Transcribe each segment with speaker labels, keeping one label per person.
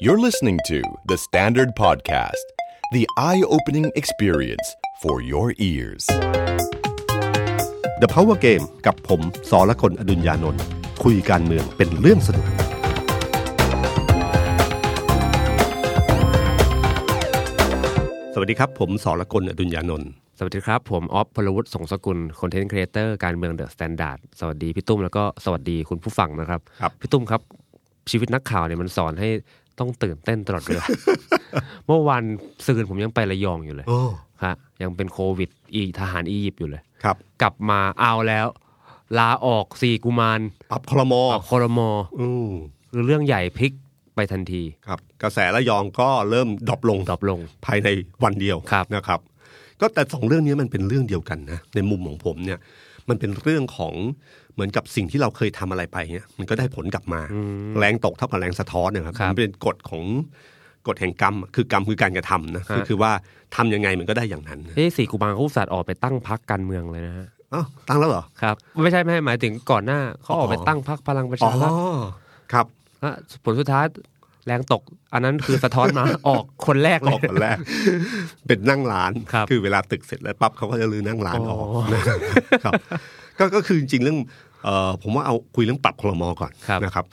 Speaker 1: You're listening to The Standard Podcast, the eye opening experience for your ears.
Speaker 2: The Power Game กับผมสอละคนอดุญญานนท์คุยการเมืองเป็นเรื่องสนุก สวัสดีครับ ผมสอละคนอดุญญานนท์
Speaker 3: สวัสดีครับ ผมออฟพลวุฒิสงสกุลคอนเทนต์ครีเอเตอร์การเมืองเดอะสแตนดาร์ดสวัสดีพี่ตุ้มแล้วก็สวัสดีคุณผู้ฟังนะครับ พี่ตุ้มครับชีวิตนักข่าวเนี่ยมันสอนให้ต้องตื่นเต้นตลอดเวล า เมื่อวันซืนผมยังไประยองอยู่เลย
Speaker 2: โอ้
Speaker 3: ฮะยังเป็นโควิด อีทหารอียิปต์อยู่เลย
Speaker 2: ครับ
Speaker 3: กลับมาเอาแล้ว ลาออกสี่กุมาร
Speaker 2: ปรับคลมอ
Speaker 3: ออกคอรมอ
Speaker 2: อืม
Speaker 3: หรือเรื่องใหญ่พลิกไปทันที
Speaker 2: ครับ กระแสระยองก็เริ่มดรอปลง
Speaker 3: ดรอปลง
Speaker 2: ภายในวันเดียว
Speaker 3: ครับ
Speaker 2: นะครับ ก็แต่สองเรื่องนี้มันเป็นเรื่องเดียวกันนะ ในมุมของผมเนี่ย มันเป็นเรื่องของเหมือนกับสิ่งที่เราเคยทำอะไรไปเนี่ยมันก็ได้ผลกลับมา แรงตกเท่ากับแรงสะท้อนเนยครับ
Speaker 3: ครับ
Speaker 2: มันเป็นกฎของกฎแห่งกรรม คือกรรมคือการกระทำนะ
Speaker 3: ฮะ
Speaker 2: ก็คือว่าทำยังไงมันก็ได้อย่างนั้นนะ
Speaker 3: เอ้สี่กุมารเขาอุตส่าห์ออกไปตั้งพักการเมืองเลยนะฮะ
Speaker 2: อ้าวตั้งแล้วเหรอ
Speaker 3: ครับไม่ใช่ไม่ใช่หมายถึงก่อนหน้าเขาออกไปตั้งพักพลังประ
Speaker 2: อ๋
Speaker 3: ชา
Speaker 2: อ
Speaker 3: รัฐ
Speaker 2: ครับ
Speaker 3: ฮะผลสุดท้ายแรงตก อันนั้นคือสะท้อนมา ออกคนแรกเล
Speaker 2: อย อกคนแรก เป็นนั่งร้าน
Speaker 3: ครับ
Speaker 2: อเวลาตึกเสร็จแล้วปั๊บเขาก็จะลือนั่งร้านออก
Speaker 3: อ๋อ
Speaker 2: นะครับก็ก็คือจริงๆเรื่องเอ่อผมว่าเอาคุยเรื่องปรับคลมอก่อน
Speaker 3: ครับ
Speaker 2: นะครับ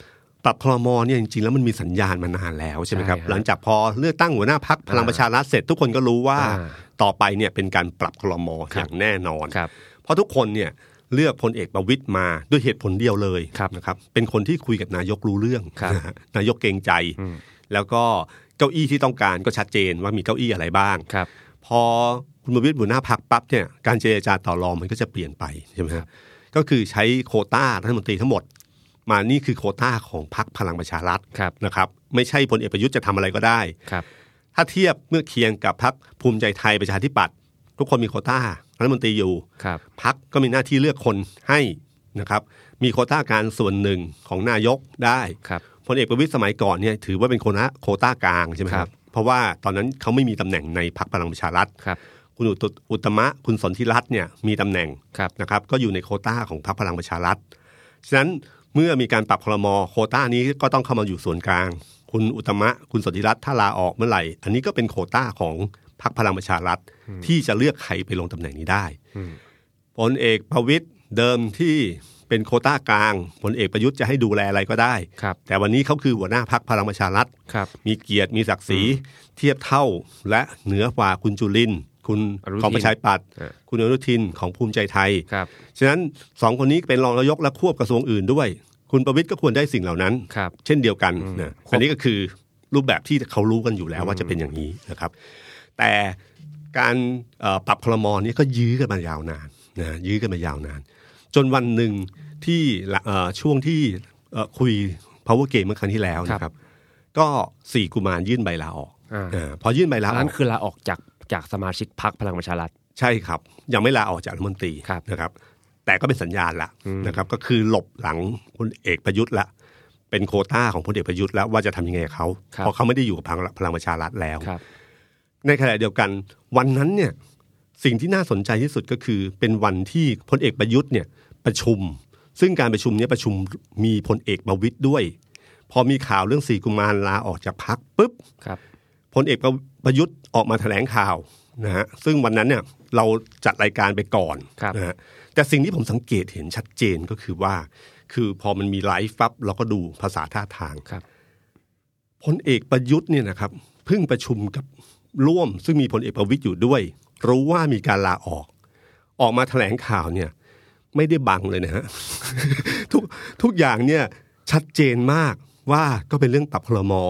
Speaker 2: ปรับคลมอเนี่ยจริงๆแล้วมันมีสัญญาณมานานแล้วใช่ไหมครับ
Speaker 3: ใช่ฮะ
Speaker 2: หลังจากพอเลือกตั้งหัวหน้าพักพลังประชารัฐเสร็จทุกคนก็รู้ว่า
Speaker 3: อ่า
Speaker 2: ต่อไปเนี่ยเป็นการปรับคลมอ
Speaker 3: ค
Speaker 2: อ
Speaker 3: รับ
Speaker 2: ย่างแน่นอน
Speaker 3: ครับ
Speaker 2: เพราะทุกคนเนี่ยเลือกพลเอกประวิตยมาด้วยเหตุผลเดียวเลย
Speaker 3: ครับ
Speaker 2: นะครับเป็นคนที่คุยกับนายกรู้เรื่อง
Speaker 3: ครับ
Speaker 2: นะฮะ นายกเกรงใจ
Speaker 3: อืม
Speaker 2: แล้วก็เก้าอี้ที่ต้องการก็ชัดเจนว่ามีเก้าอี้อะไรบ้าง
Speaker 3: ครับ
Speaker 2: พอคุณประวิตยหัวหน้าพักปั๊บเนี่ยการเจรจาต่อรองมันก็จะเปลี่ยนไปใช่ไหมฮะก็คือใช้โควต้ารัฐมนตรีทั้งหมด มานี่คือโควต้าของพักพลังประชารัฐ
Speaker 3: ครับ
Speaker 2: นะครับ ไม่ใช่พลเอกประยุทธ์จะทำอะไรก็ได้
Speaker 3: ครับ
Speaker 2: ถ้าเทียบเมื่อเคียงกับพักภูมิใจไทยประชาธิปัตย์ทุกคนมีโควต้ารัฐมนตรีอยู่
Speaker 3: ครับ
Speaker 2: พักก็มีหน้าที่เลือกคนให้นะครับ มีโควต้าการส่วนหนึ่งของนายกได้
Speaker 3: ครับ
Speaker 2: พลเอกประวิตยสมัยก่อนเนี่ยถือว่าเป็นโคนะโควต้ากลางใช่ไหมค
Speaker 3: ครั
Speaker 2: รับ
Speaker 3: บ
Speaker 2: เพราะว่าตอนนั้นเขาไม่มีตำแหน่งในพักพลังประชารัฐ
Speaker 3: ครับ
Speaker 2: คุณอุตอุตมะคุณสนธิรัตน์เนี่ยมีตำแหน่ง
Speaker 3: ครับ
Speaker 2: นะครับ ก็อยู่ในโควต้าของพักพลังประชารัฐฉะนั้นเมื่อมีการปรับคลมโควต้านี้ก็ต้องเข้ามาอยู่ส่วนกลาง คุณอุตมะคุณสนธิรัตน์ถ้าลาออกเมื่อไหร่ อันนี้ก็เป็นโควต้าของพักพลังประชารัฐที่จะเลือกใครไปลงตำแหน่งนี้ได้ พลเอกประวิตยเดิมที่เป็นโควต้ากลางพลเอกประยุทธ์จะให้ดูแลอะไรก็ได้
Speaker 3: ครับ
Speaker 2: แต่วันนี้เขาคือหัวหน้าพักพลังประชารัฐ
Speaker 3: ครับ
Speaker 2: มีเกียรติมีศักดิ์ศรีเทียบเท่าและเหนือกว่าคุณจุลินทร์คุณ
Speaker 3: อนุทิน
Speaker 2: ของประชาธิปัตย์
Speaker 3: เออ
Speaker 2: คุณอนุทินของภูมิใจไทย
Speaker 3: ครับ
Speaker 2: ฉะนั้นสองคนนี้เป็นรองนายกและควบกระทรวงอื่นด้วย คุณประวิตยก็ควรได้สิ่งเหล่านั้น
Speaker 3: ครับ
Speaker 2: เช่นเดียวกันนะ
Speaker 3: ควบ
Speaker 2: อันนี้ก็คือรูปแบบที่เขารู้กันอยู่แล้วว่าจะเป็นอย่างนี้นะครับ แต่การเอ่อปรับคลมอนี้ก็ยื้อกันมายาวนานนะยื้อกันมายาวนาน จนวันหนึ่งที่ละเอ่อช่วงที่เอ่อคุย power game เมื่อครั้งที่แล้วนะครับ ก็สี่กุมารยื่นใบลาออก
Speaker 3: อ่า
Speaker 2: เออพอยื่นใบลาอ
Speaker 3: นั้
Speaker 2: อน ก
Speaker 3: คือลาออกจากจากสมาชิกพักพลังประชารัฐ
Speaker 2: ใช่ครับ ยังไม่ลาออกจากรัฐมนตรี
Speaker 3: ครับ
Speaker 2: นะครับ แต่ก็เป็นสัญญาณละนะครับ ก็คือหลบหลังพลเอกประยุทธ์ละ เป็นโควต้าของพลเอกประยุทธ์แล้วว่าจะทำยังไงกับเขา
Speaker 3: ครับ
Speaker 2: เพราะเขาไม่ได้อยู่กับพลังพลังประชารัฐแล้ว
Speaker 3: ครับ
Speaker 2: ในขณะเดียวกัน วันนั้นเนี่ยสิ่งที่น่าสนใจที่สุดก็คือ เป็นวันที่พลเอกประยุทธ์เนี่ยประชุม ซึ่งการประชุมเนี้ประชุมมีพลเอกประวิตยด้วย พอมีข่าวเรื่องสีกุมารลาออกจากพักปุ๊บ
Speaker 3: ครับ
Speaker 2: พลเอกประยุทธ์ออกมาแถลงข่าวนะฮะซึ่งวันนั้นเนี่ยเราจัดรายการไปก่อน
Speaker 3: ครับ
Speaker 2: นะฮะแต่สิ่งที่ผมสังเกตเห็นชัดเจนก็คือว่า คือพอมันมีไลฟ์ปั๊บเราก็ดูภาษาท่าทาง
Speaker 3: ครับ
Speaker 2: พลเอกประยุทธ์เนี่ยนะครับเพิ่งประชุมกับร่วม ซึ่งมีพลเอกประวิตยอยู่ด้วย รู้ว่ามีการลาออก ออกมาแถลงข่าวเนี่ย ไม่ได้บังเลยนะฮะ ทุกทุกอย่างเนี่ยชัดเจนมากว่าก็เป็นเรื่องปรับพลมอ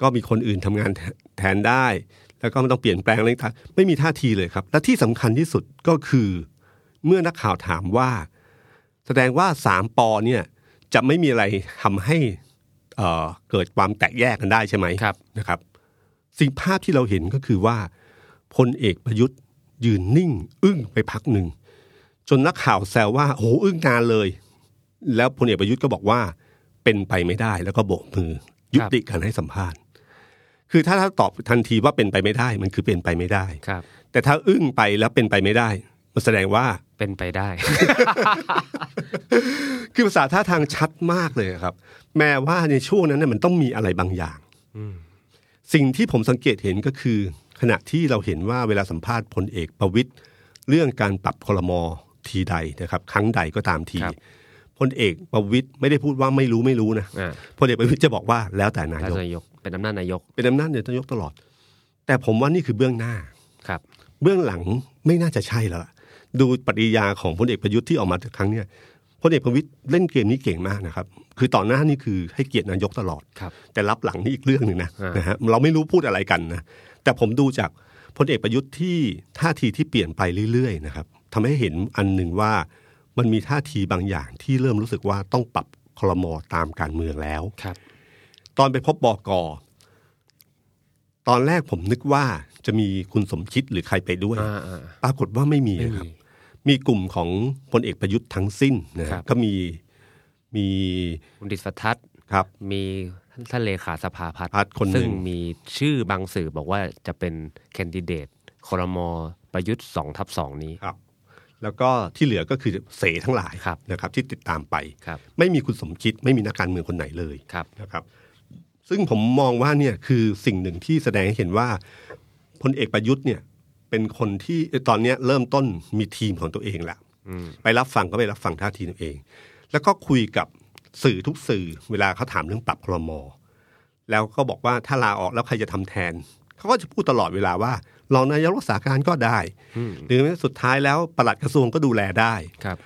Speaker 2: ก็มีคนอื่นทำงานแทแทนได้ แล้วก็ไม่ต้องเปลี่ยนแปลงอะไรต่างไม่มีท่าทีเลยครับ และที่สำคัญที่สุดก็คือ เมื่อนักข่าวถามว่า แสดงว่าสามปอเนี่ยจะไม่มีอะไรทำให้เอ่อเกิดความแตกแยกกันได้ใช่ไหม
Speaker 3: ครับ
Speaker 2: นะครับ สิ่งภาพที่เราเห็นก็คือว่าพลเอกประยุทธ์ยืนนิ่ง อึ้งไปพักหนึ่ง จนนักข่าวแซวว่าโอ้โหอึ้งนานเลย แล้วพลเอกประยุทธ์ก็บอกว่าเป็นไปไม่ได้แล้วก็โบกมือยุติการให้สัมภาษณ์ คือถ้าถ้าตอบทันทีว่าเป็นไปไม่ได้ มันคือเป็นไปไม่ได้
Speaker 3: ครับ
Speaker 2: แต่ถ้าอึ้งไปแล้วเป็นไปไม่ได้ มันแสดงว่า
Speaker 3: เป็นไปได้
Speaker 2: คือภาษาท่าทางชัดมากเลยครับ แม้ว่าในช่วงนั้นเนี่ยมันต้องมีอะไรบางอย่าง สิ่งที่ผมสังเกตเห็นก็คือ ขณะที่เราเห็นว่าเวลาสัมภาษณ์พลเอกประวิตยเรื่องการปรับคลมอทีใดนะครับ ครั้งใดก็ตามที
Speaker 3: ครับ
Speaker 2: พลเอกประวิตยไม่ได้พูดว่าไม่รู้ไม่รู้นะ
Speaker 3: อ่า
Speaker 2: พลเอกประวิตยจะบอกว่าแล้ว แต่นาย
Speaker 3: ท่าน
Speaker 2: ก
Speaker 3: นายกเป็นอำนาจนายก
Speaker 2: เป็นอำนาจเดียวนายกตลอด แต่ผมว่านี่คือเบื้องหน้า
Speaker 3: ครับ
Speaker 2: เบื้องหลังไม่น่าจะใช่แล้วล่ะ ดูปฏิกิริยาของพลเอกประยุทธ์ที่ออกมาครั้งเนี้ยพลเอกประวิตยเล่นเกมนี้เก่งมากนะครับ คือต่อหน้านี่คือให้เกียรตินายกตลอด
Speaker 3: ครับ
Speaker 2: แต่รับหลังนี่อีกเรื่องหนึ่งนะ
Speaker 3: อ่าน
Speaker 2: นะฮะเราไม่รู้พูดอะไรกันนะ แต่ผมดูจากพลเอกประยุทธ์ที่ท่าทีที่เปลี่ยนไปเรื่อยๆนะครับทำให้เห็นอันหนึ่งว่ามันมีท่าทีบางอย่างที่เริ่มรู้สึกว่าต้องปรับคลมอตามการเมืองแล้ว
Speaker 3: ครับ
Speaker 2: ตอนไปพบบอกอตอนแรกผมนึกว่าจะมีคุณสมคิดหรือใครไปด้วย
Speaker 3: อ่าอ่า
Speaker 2: ปรากฏว่าไม่มีนะครับ มีกลุ่มของพลเอกประยุทธ์ทั้งสิ้นนะค
Speaker 3: ครั
Speaker 2: รับบ ก็มีมี
Speaker 3: คุณดิษฐทัศน์
Speaker 2: ครับ
Speaker 3: มีท่านเลขาสภาพัฒ
Speaker 2: พัฒน์คนหนึ่ง
Speaker 3: ซึ่งมีชื่อบางสื่อบอกว่าจะเป็นแคนดิเดตคอรมอประยุทธ์สองทับสองนี้
Speaker 2: ครับ แล้วก็ที่เหลือก็คือเสทั้งหลาย
Speaker 3: ครับ
Speaker 2: นะครับ ที่ติดตามไป
Speaker 3: ครับ
Speaker 2: ไม่มีคุณสมคิดไม่มีนักการเมืองคนไหนเลย
Speaker 3: ครับ
Speaker 2: นะครับ ซึ่งผมมองว่าเนี่ยคือสิ่งหนึ่งที่แสดงให้เห็นว่าพลเอกประยุทธ์เนี่ย เป็นคนที่ตอนเนี้ยเริ่มต้นมีทีมของตัวเองละ
Speaker 3: อืม
Speaker 2: ไปรับฟังก็ไปรับฟังท่าทีตัวเอง แล้วก็คุยกับสื่อทุกสื่อเวลาเขาถามเรื่องปรับครมอ แล้วก็บอกว่าถ้าลาออกแล้วใครจะทำแทน เขาก็จะพูดตลอดเวลาว่า รองนายกรักษาการก็ได้ หรือแม้สุดท้ายแล้วปลัดกระทรวงก็ดูแลได้
Speaker 3: ครับ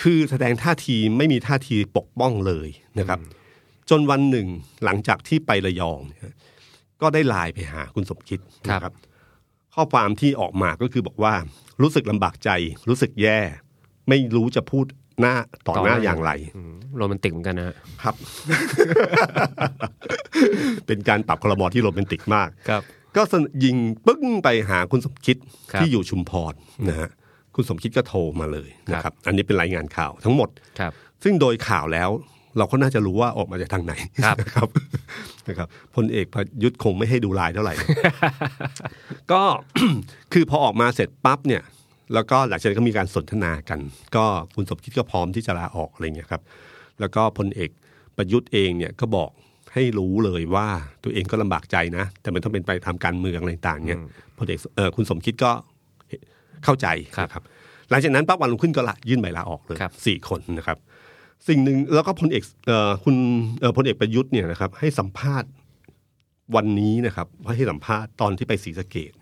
Speaker 2: คือแสดงท่าทีไม่มีท่าทีปกป้องเลยนะครับ จนวันหนึ่งหลังจากที่ไประยองเนี่ยก็ได้ไลน์ไปหาคุณสมคิด
Speaker 3: ครับ
Speaker 2: นะครับ ข้อความที่ออกมาก็คือบอกว่า รู้สึกลำบากใจ รู้สึกแย่ ไม่รู้จะพูดหน้าต่อหน้าอย่างไร
Speaker 3: อืมโรแมนติกเหมือนกันนะฮะ
Speaker 2: ครับ เป็นการปรับคลมอที่โรแมนติกมาก
Speaker 3: ครับ
Speaker 2: ก็สนยิงปึ้งไปหาคุณสมคิด
Speaker 3: ครับ
Speaker 2: ที่อยู่ชุมพรนะฮะคุณสมคิดก็โทรมาเลยนะครับ อันนี้เป็นรายงานข่าวทั้งหมด
Speaker 3: ครับ
Speaker 2: ซึ่งโดยข่าวแล้วเราก็น่าจะรู้ว่าออกมาจากทางไหน
Speaker 3: ครับ
Speaker 2: นะครับ นะครับพลเอกประยุทธ์คงไม่ให้ดูลายเท่าไหร่ ก็ คือพอออกมาเสร็จปั๊บเนี่ย แล้วก็หลังจากนั้นก็มีการสนทนากัน ก็คุณสมคิดก็พร้อมที่จะลาออกอะไรเงี้ยครับ แล้วก็พลเอกประยุทธ์เองเนี่ยก็บอกให้รู้เลยว่าตัวเองก็ลำบากใจนะ แต่มันต้องเป็นไปทำการเมืองอะไรต่างๆเนี่ยพลเอกเออคุณสมคิดก็เข้าใจนะครับ หลังจากนั้นปั๊บวันรุ่งขึ้นก็ละยื่นใบลาออกเลย
Speaker 3: ครับ
Speaker 2: สี่คนนะครับ สิ่งหนึ่งแล้วก็พลเอกเอ่อคุณเอ่อพลเอกประยุทธ์เนี่ยนะครับให้สัมภาษณ์วันนี้นะครับว่าให้สัมภาษณ์ตอนที่ไปศรีสะเกด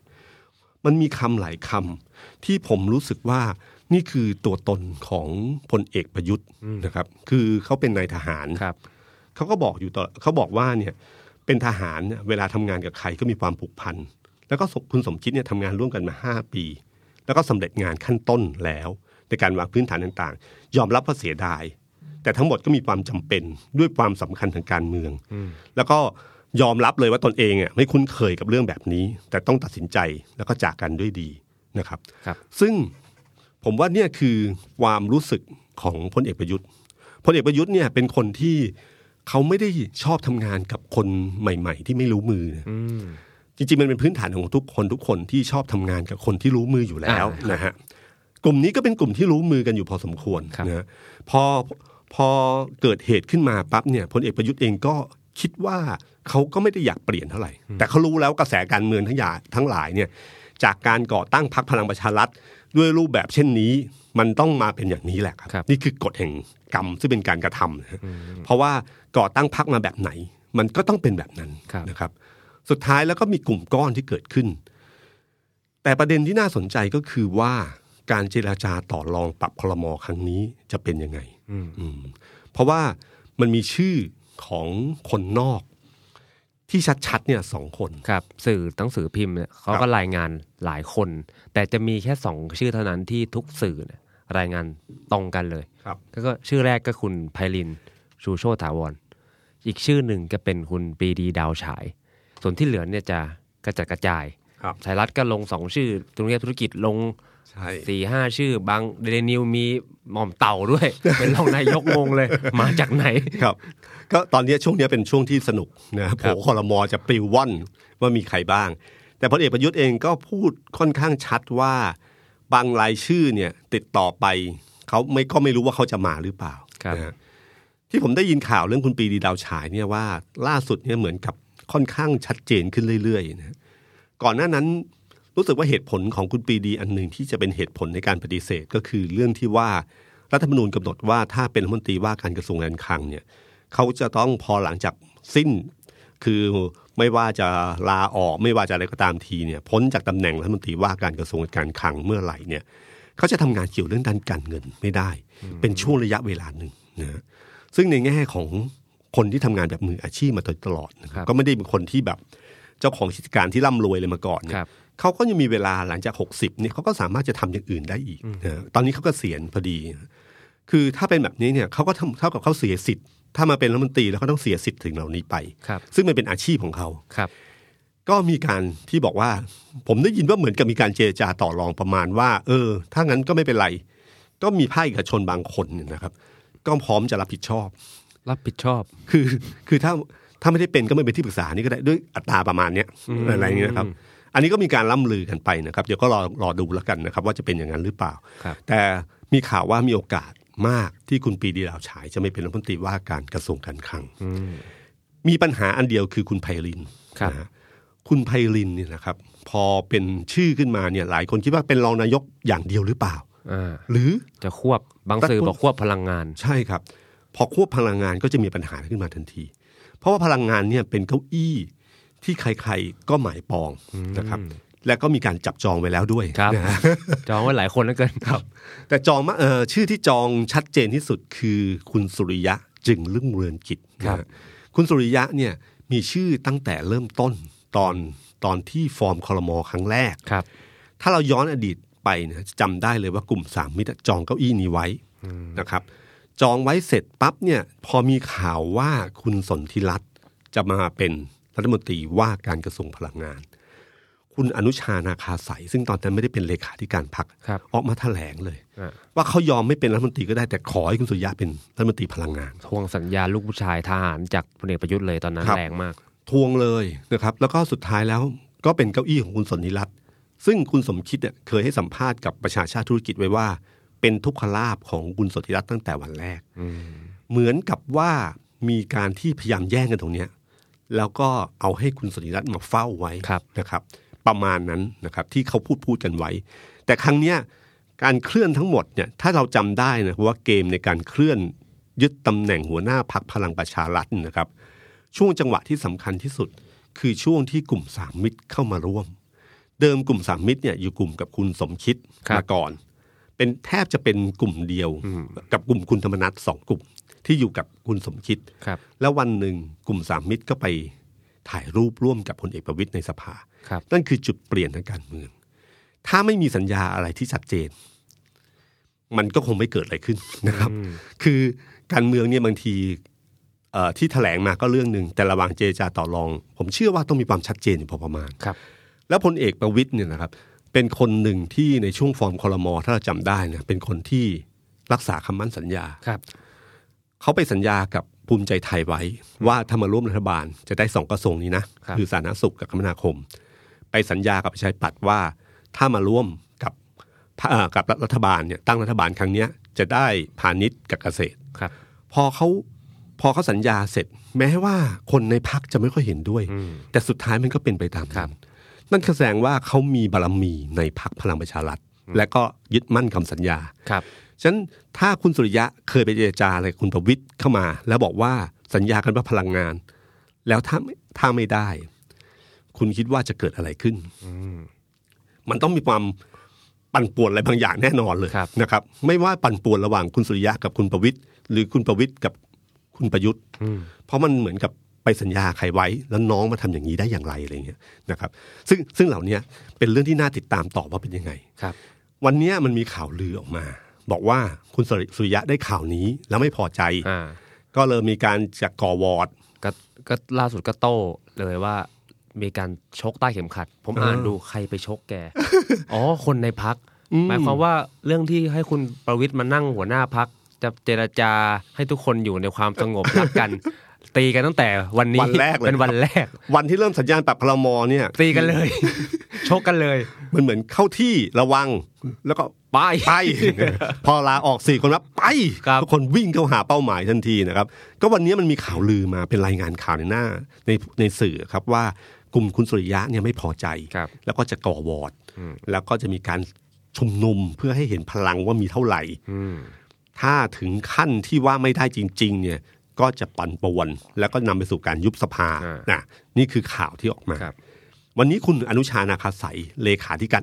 Speaker 2: มันมีคำหลายคำที่ผมรู้สึกว่านี่คือตัวตนของพลเอกประยุทธ์นะครับ คือเขาเป็นนายทหาร
Speaker 3: ครับ
Speaker 2: เขาก็บอกอยู่ตลอดเขาบอกว่าเนี่ยเป็นทหารเนี่ยเวลาทำงานกับใครก็มีความผูกพัน แล้วก็สมคุณสมคิดเนี่ยทำงานร่วมกันมา 5 ปี แล้วก็สำเร็จงานขั้นต้นแล้ว ในการวางพื้นฐานต่างๆ ยอมรับว่าเสียดาย แต่ทั้งหมดก็มีความจำเป็นด้วยความสำคัญทางการเมือง แล้วก็ยอมรับเลยว่าตนเองอ่ะไม่คุ้นเคยกับเรื่องแบบนี้ แต่ต้องตัดสินใจแล้วก็จากกันด้วยดีนะครับ
Speaker 3: ครับ
Speaker 2: ซึ่งผมว่าเนี่ยคือความรู้สึกของพลเอกประยุทธ์พลเอกประยุทธ์เนี่ยเป็นคนที่เขาไม่ได้ชอบทำงานกับคนใหม่ ๆ ที่ไม่รู้มือนะ
Speaker 3: อืม
Speaker 2: จริงๆ มันเป็นพื้นฐานของทุกคนทุกคนที่ชอบทำงานกับคนที่รู้มืออยู่แล้ว
Speaker 3: อ่าน
Speaker 2: นะฮะกลุ่มนี้ก็เป็นกลุ่มที่รู้มือกันอยู่พอสมควร
Speaker 3: ครับ
Speaker 2: นะฮะพอพอเกิดเหตุขึ้นมาปั๊บเนี่ยพลเอกประยุทธ์เองก็คิดว่าเขาก็ไม่ได้อยากเปลี่ยนเท่าไหร่ แต่เขารู้แล้วกระแสการเมืองทั้งหลายทั้งหลายเนี่ย จากการก่อตั้งพรรคพลังประชารัฐด้วยรูปแบบเช่นนี้ มันต้องมาเป็นอย่างนี้แหละครับ
Speaker 3: ครับ
Speaker 2: นี่คือกฎแห่งกรรมซึ่งเป็นการกระทำนะฮะเพราะว่าก่อตั้งพรรคมาแบบไหน มันก็ต้องเป็นแบบนั้น
Speaker 3: ครับ
Speaker 2: นะครับ สุดท้ายแล้วก็มีกลุ่มก้อนที่เกิดขึ้น แต่ประเด็นที่น่าสนใจก็คือว่าการเจราจาต่อรองปรับคลมอครั้งนี้จะเป็นยังไงอืมเพราะว่ามันมีชื่อของคนนอก ที่ชัดๆเนี่ยสองคน
Speaker 3: ครับ สื่อหนังสือพิมพ์เนี่ยเขา
Speaker 2: ครั
Speaker 3: ก็
Speaker 2: บ
Speaker 3: รายงานหลายคน แต่จะมีแค่สองชื่อเท่านั้นที่ทุกสื่อเนี่ยรายงานตรงกันเลย
Speaker 2: ครับ
Speaker 3: ก็ก็ชื่อแรกก็คุณไพลินชูโชติถาวร อีกชื่อหนึ่งก็เป็นคุณปรีดีดาวฉาย ส่วนที่เหลือเนี่ยจะกระจัดกระจาย
Speaker 2: ครับ
Speaker 3: สายรัฐก็ลงสองชื่อกรุงเทพธุรกิจลง
Speaker 2: ใช่
Speaker 3: สี่ห้าชื่อบางเดนิวมีหม่อมเต่าด้วย เป็นรองนายกงงเลย มาจากไหน
Speaker 2: ครับก็ตอนนี้ช่วงนี้เป็นช่วงที่สนุกนะโผล่คอรมอจะปลิวว่อนว่ามีใครบ้าง แต่พลเอกประยุทธ์เองก็พูดค่อนข้างชัดว่า บางรายชื่อเนี่ยติดต่อไปเขาไม่ก็ไม่รู้ว่าเขาจะมาหรือเปล่า
Speaker 3: ครับ
Speaker 2: นะฮะที่ผมได้ยินข่าวเรื่องคุณปรีดีดาวฉายเนี่ยว่าล่าสุดเนี่ยเหมือนกับ ค่อนข้างชัดเจนขึ้นเรื่อยๆนะฮะก่อนหน้านั้นรู้สึกว่าเหตุผลของคุณปรีดีอันหนึ่งที่จะเป็นเหตุผลในการปฏิเสธก็คือเรื่องที่ว่ารัฐธรรมนูญกำหนดว่าถ้าเป็นรัฐมนตรีว่าการกระทรวงการคลังเนี่ยเขาจะต้องพอหลังจากสิ้น คือไม่ว่าจะลาออกไม่ว่าจะอะไรก็ตามทีเนี่ยพ้นจากตำแหน่งรัฐมนตรีว่าการกระทรวงการคลังเมื่อไหร่เนี่ยเขาจะทำงานเกี่ยวเรื่องด้านการเงินไม่ได้ เป็นช่วงระยะเวลาหนึ่งนะฮะซึ่งในแง่ของคนที่ทำงานแบบมืออาชีพมาโดยตลอดนะครับ
Speaker 3: ครับ
Speaker 2: ก็ไม่ได้เป็นคนที่แบบเจ้าของกิจการที่ร่ำรวยเลยมาก่อนเนี่ย
Speaker 3: ครับ
Speaker 2: เขาก็ยังมีเวลาหลังจาก 60เนี่ยเขาก็สามารถจะทำอย่างอื่นได้อีกนะฮะตอนนี้เขาก็เกษียณพอดี คือถ้าเป็นแบบนี้เนี่ยเขาก็ทำเท่ากับเขาเสียสิทธิ์ ถ้ามาเป็นรัฐมนตรีแล้วเขาต้องเสียสิทธิ์ถึงเหล่านี้ไป
Speaker 3: ครับ
Speaker 2: ซึ่งมันเป็นอาชีพของเขา
Speaker 3: ครับ
Speaker 2: ก็มีการที่บอกว่า ผมได้ยินว่าเหมือนกับมีการเจรจาต่อรองประมาณว่า เออ ถ้างั้นก็ไม่เป็นไร ก็มีภาคเอกชนบางคนเนี่ยนะครับ ก็พร้อมจะรับผิดชอบ
Speaker 3: รับผิดชอบ
Speaker 2: คือคือถ้าถ้าไม่ได้เป็นก็ไม่เป็นที่ปรึกษานี่ก็ได้ด้วยอัตราประมาณเนี้ยอะไรอย่างเงี้ยนะครับ อันนี้ก็มีการล่ำลือกันไปนะครับ เดี๋ยวก็รอรอดูแล้วกันนะครับ ว่าจะเป็นอย่างนั้นหรือเปล่า
Speaker 3: ครับ
Speaker 2: แต่มีข่าวว่ามีโอกาสมากที่คุณปรีดีดาวฉายจะไม่เป็นรัฐมนตรีว่าการกระทรวงการคลัง
Speaker 3: อืม
Speaker 2: มีปัญหาอันเดียวคือคุณไพริน
Speaker 3: ครับ
Speaker 2: นะฮะคุณไพรินเนี่ยนะครับ พอเป็นชื่อขึ้นมาเนี่ยหลายคนคิดว่าเป็นรองนายกอย่างเดียวหรือเปล่า
Speaker 3: อ่า
Speaker 2: หรือ
Speaker 3: จะควบบางสื่อ
Speaker 2: ตระกูล
Speaker 3: บอกควบพลังงาน
Speaker 2: ใช่ครับ พอควบพลังงานก็จะมีปัญหาขึ้นมาทันที เพราะว่าพลังงานเนี่ยเป็นเก้าอี้ที่ใครๆก็หมายปองนะครับ และก็มีการจับจองไว้แล้วด้วย
Speaker 3: ครับ
Speaker 2: นะฮะ
Speaker 3: จองไว้หลายคนแล้วเกินครับ
Speaker 2: แต่จองมาเอ่อชื่อที่จองชัดเจนที่สุดคือคุณสุริยะจึงรุ่งเรืองกิจ
Speaker 3: ครับ
Speaker 2: นะฮะคุณสุริยะเนี่ยมีชื่อตั้งแต่เริ่มต้นตอนตอนที่ฟอร์มคอรมอครั้งแรก
Speaker 3: ครับ
Speaker 2: ถ้าเราย้อนอดีตไปนะจำได้เลยว่ากลุ่มสามมิตรจองเก้าอี้นี้ไว้นะครับ จองไว้เสร็จปั๊บเนี่ยพอมีข่าวว่าคุณสนธิรัตน์จะมาเป็นรัฐมนตรีว่าการกระทรวงพลังงาน คุณอนุชานาคาใสยซึ่งตอนนั้นไม่ได้เป็นเลขาธิการพัก
Speaker 3: ครับ
Speaker 2: ออกมาแถลงเลย
Speaker 3: อ่า
Speaker 2: ว่าเขายอมไม่เป็นรัฐมนตรีก็ได้แต่ขอให้คุณสุริยะเป็นรัฐมนตรีพลังงาน
Speaker 3: ทวงสัญญาลูกผู้ชายทหารจากพลเอกประยุทธ์เลยตอนนั้น
Speaker 2: ครับ
Speaker 3: แรงมาก
Speaker 2: ทวงเลยนะครับ แล้วก็สุดท้ายแล้วก็เป็นเก้าอี้ของคุณสนธิรัตน์ซึ่งคุณสมคิดเนี่ยเคยให้สัมภาษณ์กับประชาชาติธุรกิจไว้ว่า เป็นทุกขลาบของคุณสนธิรัตน์ตั้งแต่วันแรก เหมือนกับว่ามีการที่พยายามแย่งกันตรงเนี้ยแล้วก็เอาให้คุณสนธิรัตน์มาเฝ้าไว้
Speaker 3: ครับ
Speaker 2: นะครับ ประมาณนั้นนะครับที่เขาพูดพูดกันไว้ แต่ครั้งเนี้ยการเคลื่อนทั้งหมดเนี่ยถ้าเราจำได้นะว่าเกมในการเคลื่อนยึดตำแหน่งหัวหน้าพักพลังประชารัฐเนี่ยนะครับ ช่วงจังหวะที่สำคัญที่สุด คือช่วงที่กลุ่มสามมิตรเข้ามาร่วม เดิมกลุ่มสามมิตรเนี่ยอยู่กลุ่มกับคุณสมคิด
Speaker 3: ครับ
Speaker 2: มาก่อน เป็นแทบจะเป็นกลุ่มเดียว กับกลุ่มคุณธรรมนัฐสองกลุ่ม ที่อยู่กับคุณสมคิด
Speaker 3: ครับ
Speaker 2: แล้ววันหนึ่งกลุ่มสามมิตรก็ไปถ่ายรูปร่วมกับพลเอกประวิตยในสภา
Speaker 3: ครับ
Speaker 2: นั่นคือจุดเปลี่ยนทางการเมือง ถ้าไม่มีสัญญาอะไรที่ชัดเจน มันก็คงไม่เกิดอะไรขึ้น นะครับ คือการเมืองเนี่ยบางทีเอ่อที่แถลงมาก็เรื่องหนึ่งแต่ระหว่างเจรจาต่อรอง ผมเชื่อว่าต้องมีความชัดเจนอยู่พอประมาณ
Speaker 3: ครับ
Speaker 2: แล้วพลเอกประวิตยเนี่ยนะครับ เป็นคนหนึ่งที่ในช่วงฟอร์มคอรมอถ้าเราจำได้นะเป็นคนที่รักษาคำมั่นสัญญา
Speaker 3: ครับ
Speaker 2: เขาไปสัญญากับภูมิใจไทยไว้ ว่าถ้ามาร่วมรัฐบาลจะได้สองกระทรวงนี้นะครับ อสาธารณสุขกับคมนาคม ไปสัญญากับประชาธิปัตย์ว่า ถ้ามาร่วมกับเอ่อกับรัฐบาลเนี่ยตั้งรัฐบาลครั้งเนี้ยจะได้พาณิชย์กับเกษตร
Speaker 3: ครับ
Speaker 2: พอเขาพอเขาสัญญาเสร็จ แม้ว่าคนในพักจะไม่ค่อยเห็นด้วย แต่สุดท้ายมันก็เป็นไปตาม
Speaker 3: ครั
Speaker 2: นั้
Speaker 3: บ
Speaker 2: นนั่นแสดงว่าเขามีบารมีในพักพลังประชารัฐและก็ยึดมั่นคำสัญญา
Speaker 3: ครับ
Speaker 2: ฉะนั้นถ้าคุณสุริยะเคยไปเจรจาอะไรกับคุณประวิทย์เข้ามา แล้วบอกว่าสัญญากันว่าพลังงาน แล้วถ้าถ้าไม่ได้ คุณคิดว่าจะเกิดอะไรขึ้นมันต้องมีความปั่นป่วนอะไรบางอย่างแน่นอนเลย
Speaker 3: ครับ
Speaker 2: นะครับ ไม่ว่าปั่นป่วนระหว่างคุณสุริยะกับคุณประวิทย์หรือคุณประวิทย์กับคุณประยุทธ์เพราะมันเหมือนกับไปสัญญาใครไว้ แล้วน้องมาทำอย่างนี้ได้อย่างไรอะไรเงี้ยนะครับ ซึ่งซึ่งเหล่านี้เป็นเรื่องที่น่าติดตามต่อว่าเป็นยังไง
Speaker 3: ครับ
Speaker 2: วันเนี้ยมันมีข่าวลือออกมา บอกว่าคุณสริสุริยะได้ข่าวนี้แล้วไม่พอใจ
Speaker 3: อ่า
Speaker 2: ก็เลยมีการจะก่อวอร์ด
Speaker 3: ก็ก็ล่าสุดก็โต้เลยว่า มีการชกใต้เข็มขัด ผมอ่านดูใครไปชกแก อ๋อ คนในพัก หมายความว่าเรื่องที่ให้คุณประวิทย์มานั่งหัวหน้าพัก จะเจรจาให้ทุกคนอยู่ในความสงบรัก กัน ตีกันตั้งแต่วันนี้
Speaker 2: วันแรกเลย
Speaker 3: เป็นวันแรก
Speaker 2: วันที่เริ่มสัญญาณปรับพลมอเนี่ย
Speaker 3: ตีกันเลย ชกกันเลย
Speaker 2: มันเหมือนเข้าที่ระวัง แล้วก็
Speaker 3: ไป
Speaker 2: ไป พอลาออกสี่คนรับไป
Speaker 3: ครับ
Speaker 2: ทุกคนวิ่งเข้าหาเป้าหมายทันทีนะครับ ก็วันนี้มันมีข่าวลือมาเป็นรายงานข่าวในหน้าในในสื่อครับว่ากลุ่มคุณสุริยะเนี่ยไม่พอใจ
Speaker 3: ครับ
Speaker 2: แล้วก็จะก่อวอร์ดแล้วก็จะมีการชุมนุมเพื่อให้เห็นพลังว่ามีเท่าไหร่
Speaker 3: อืม
Speaker 2: ถ้าถึงขั้นที่ว่าไม่ได้จริง ๆ เนี่ยก็จะปั่นป่วน แล้วก็นำไปสู่การยุบสภา
Speaker 3: อ่าน
Speaker 2: นะนี่คือข่าวที่ออกมา
Speaker 3: ครับ
Speaker 2: วันนี้คุณอนุชานาคาใสยเลขาธิการ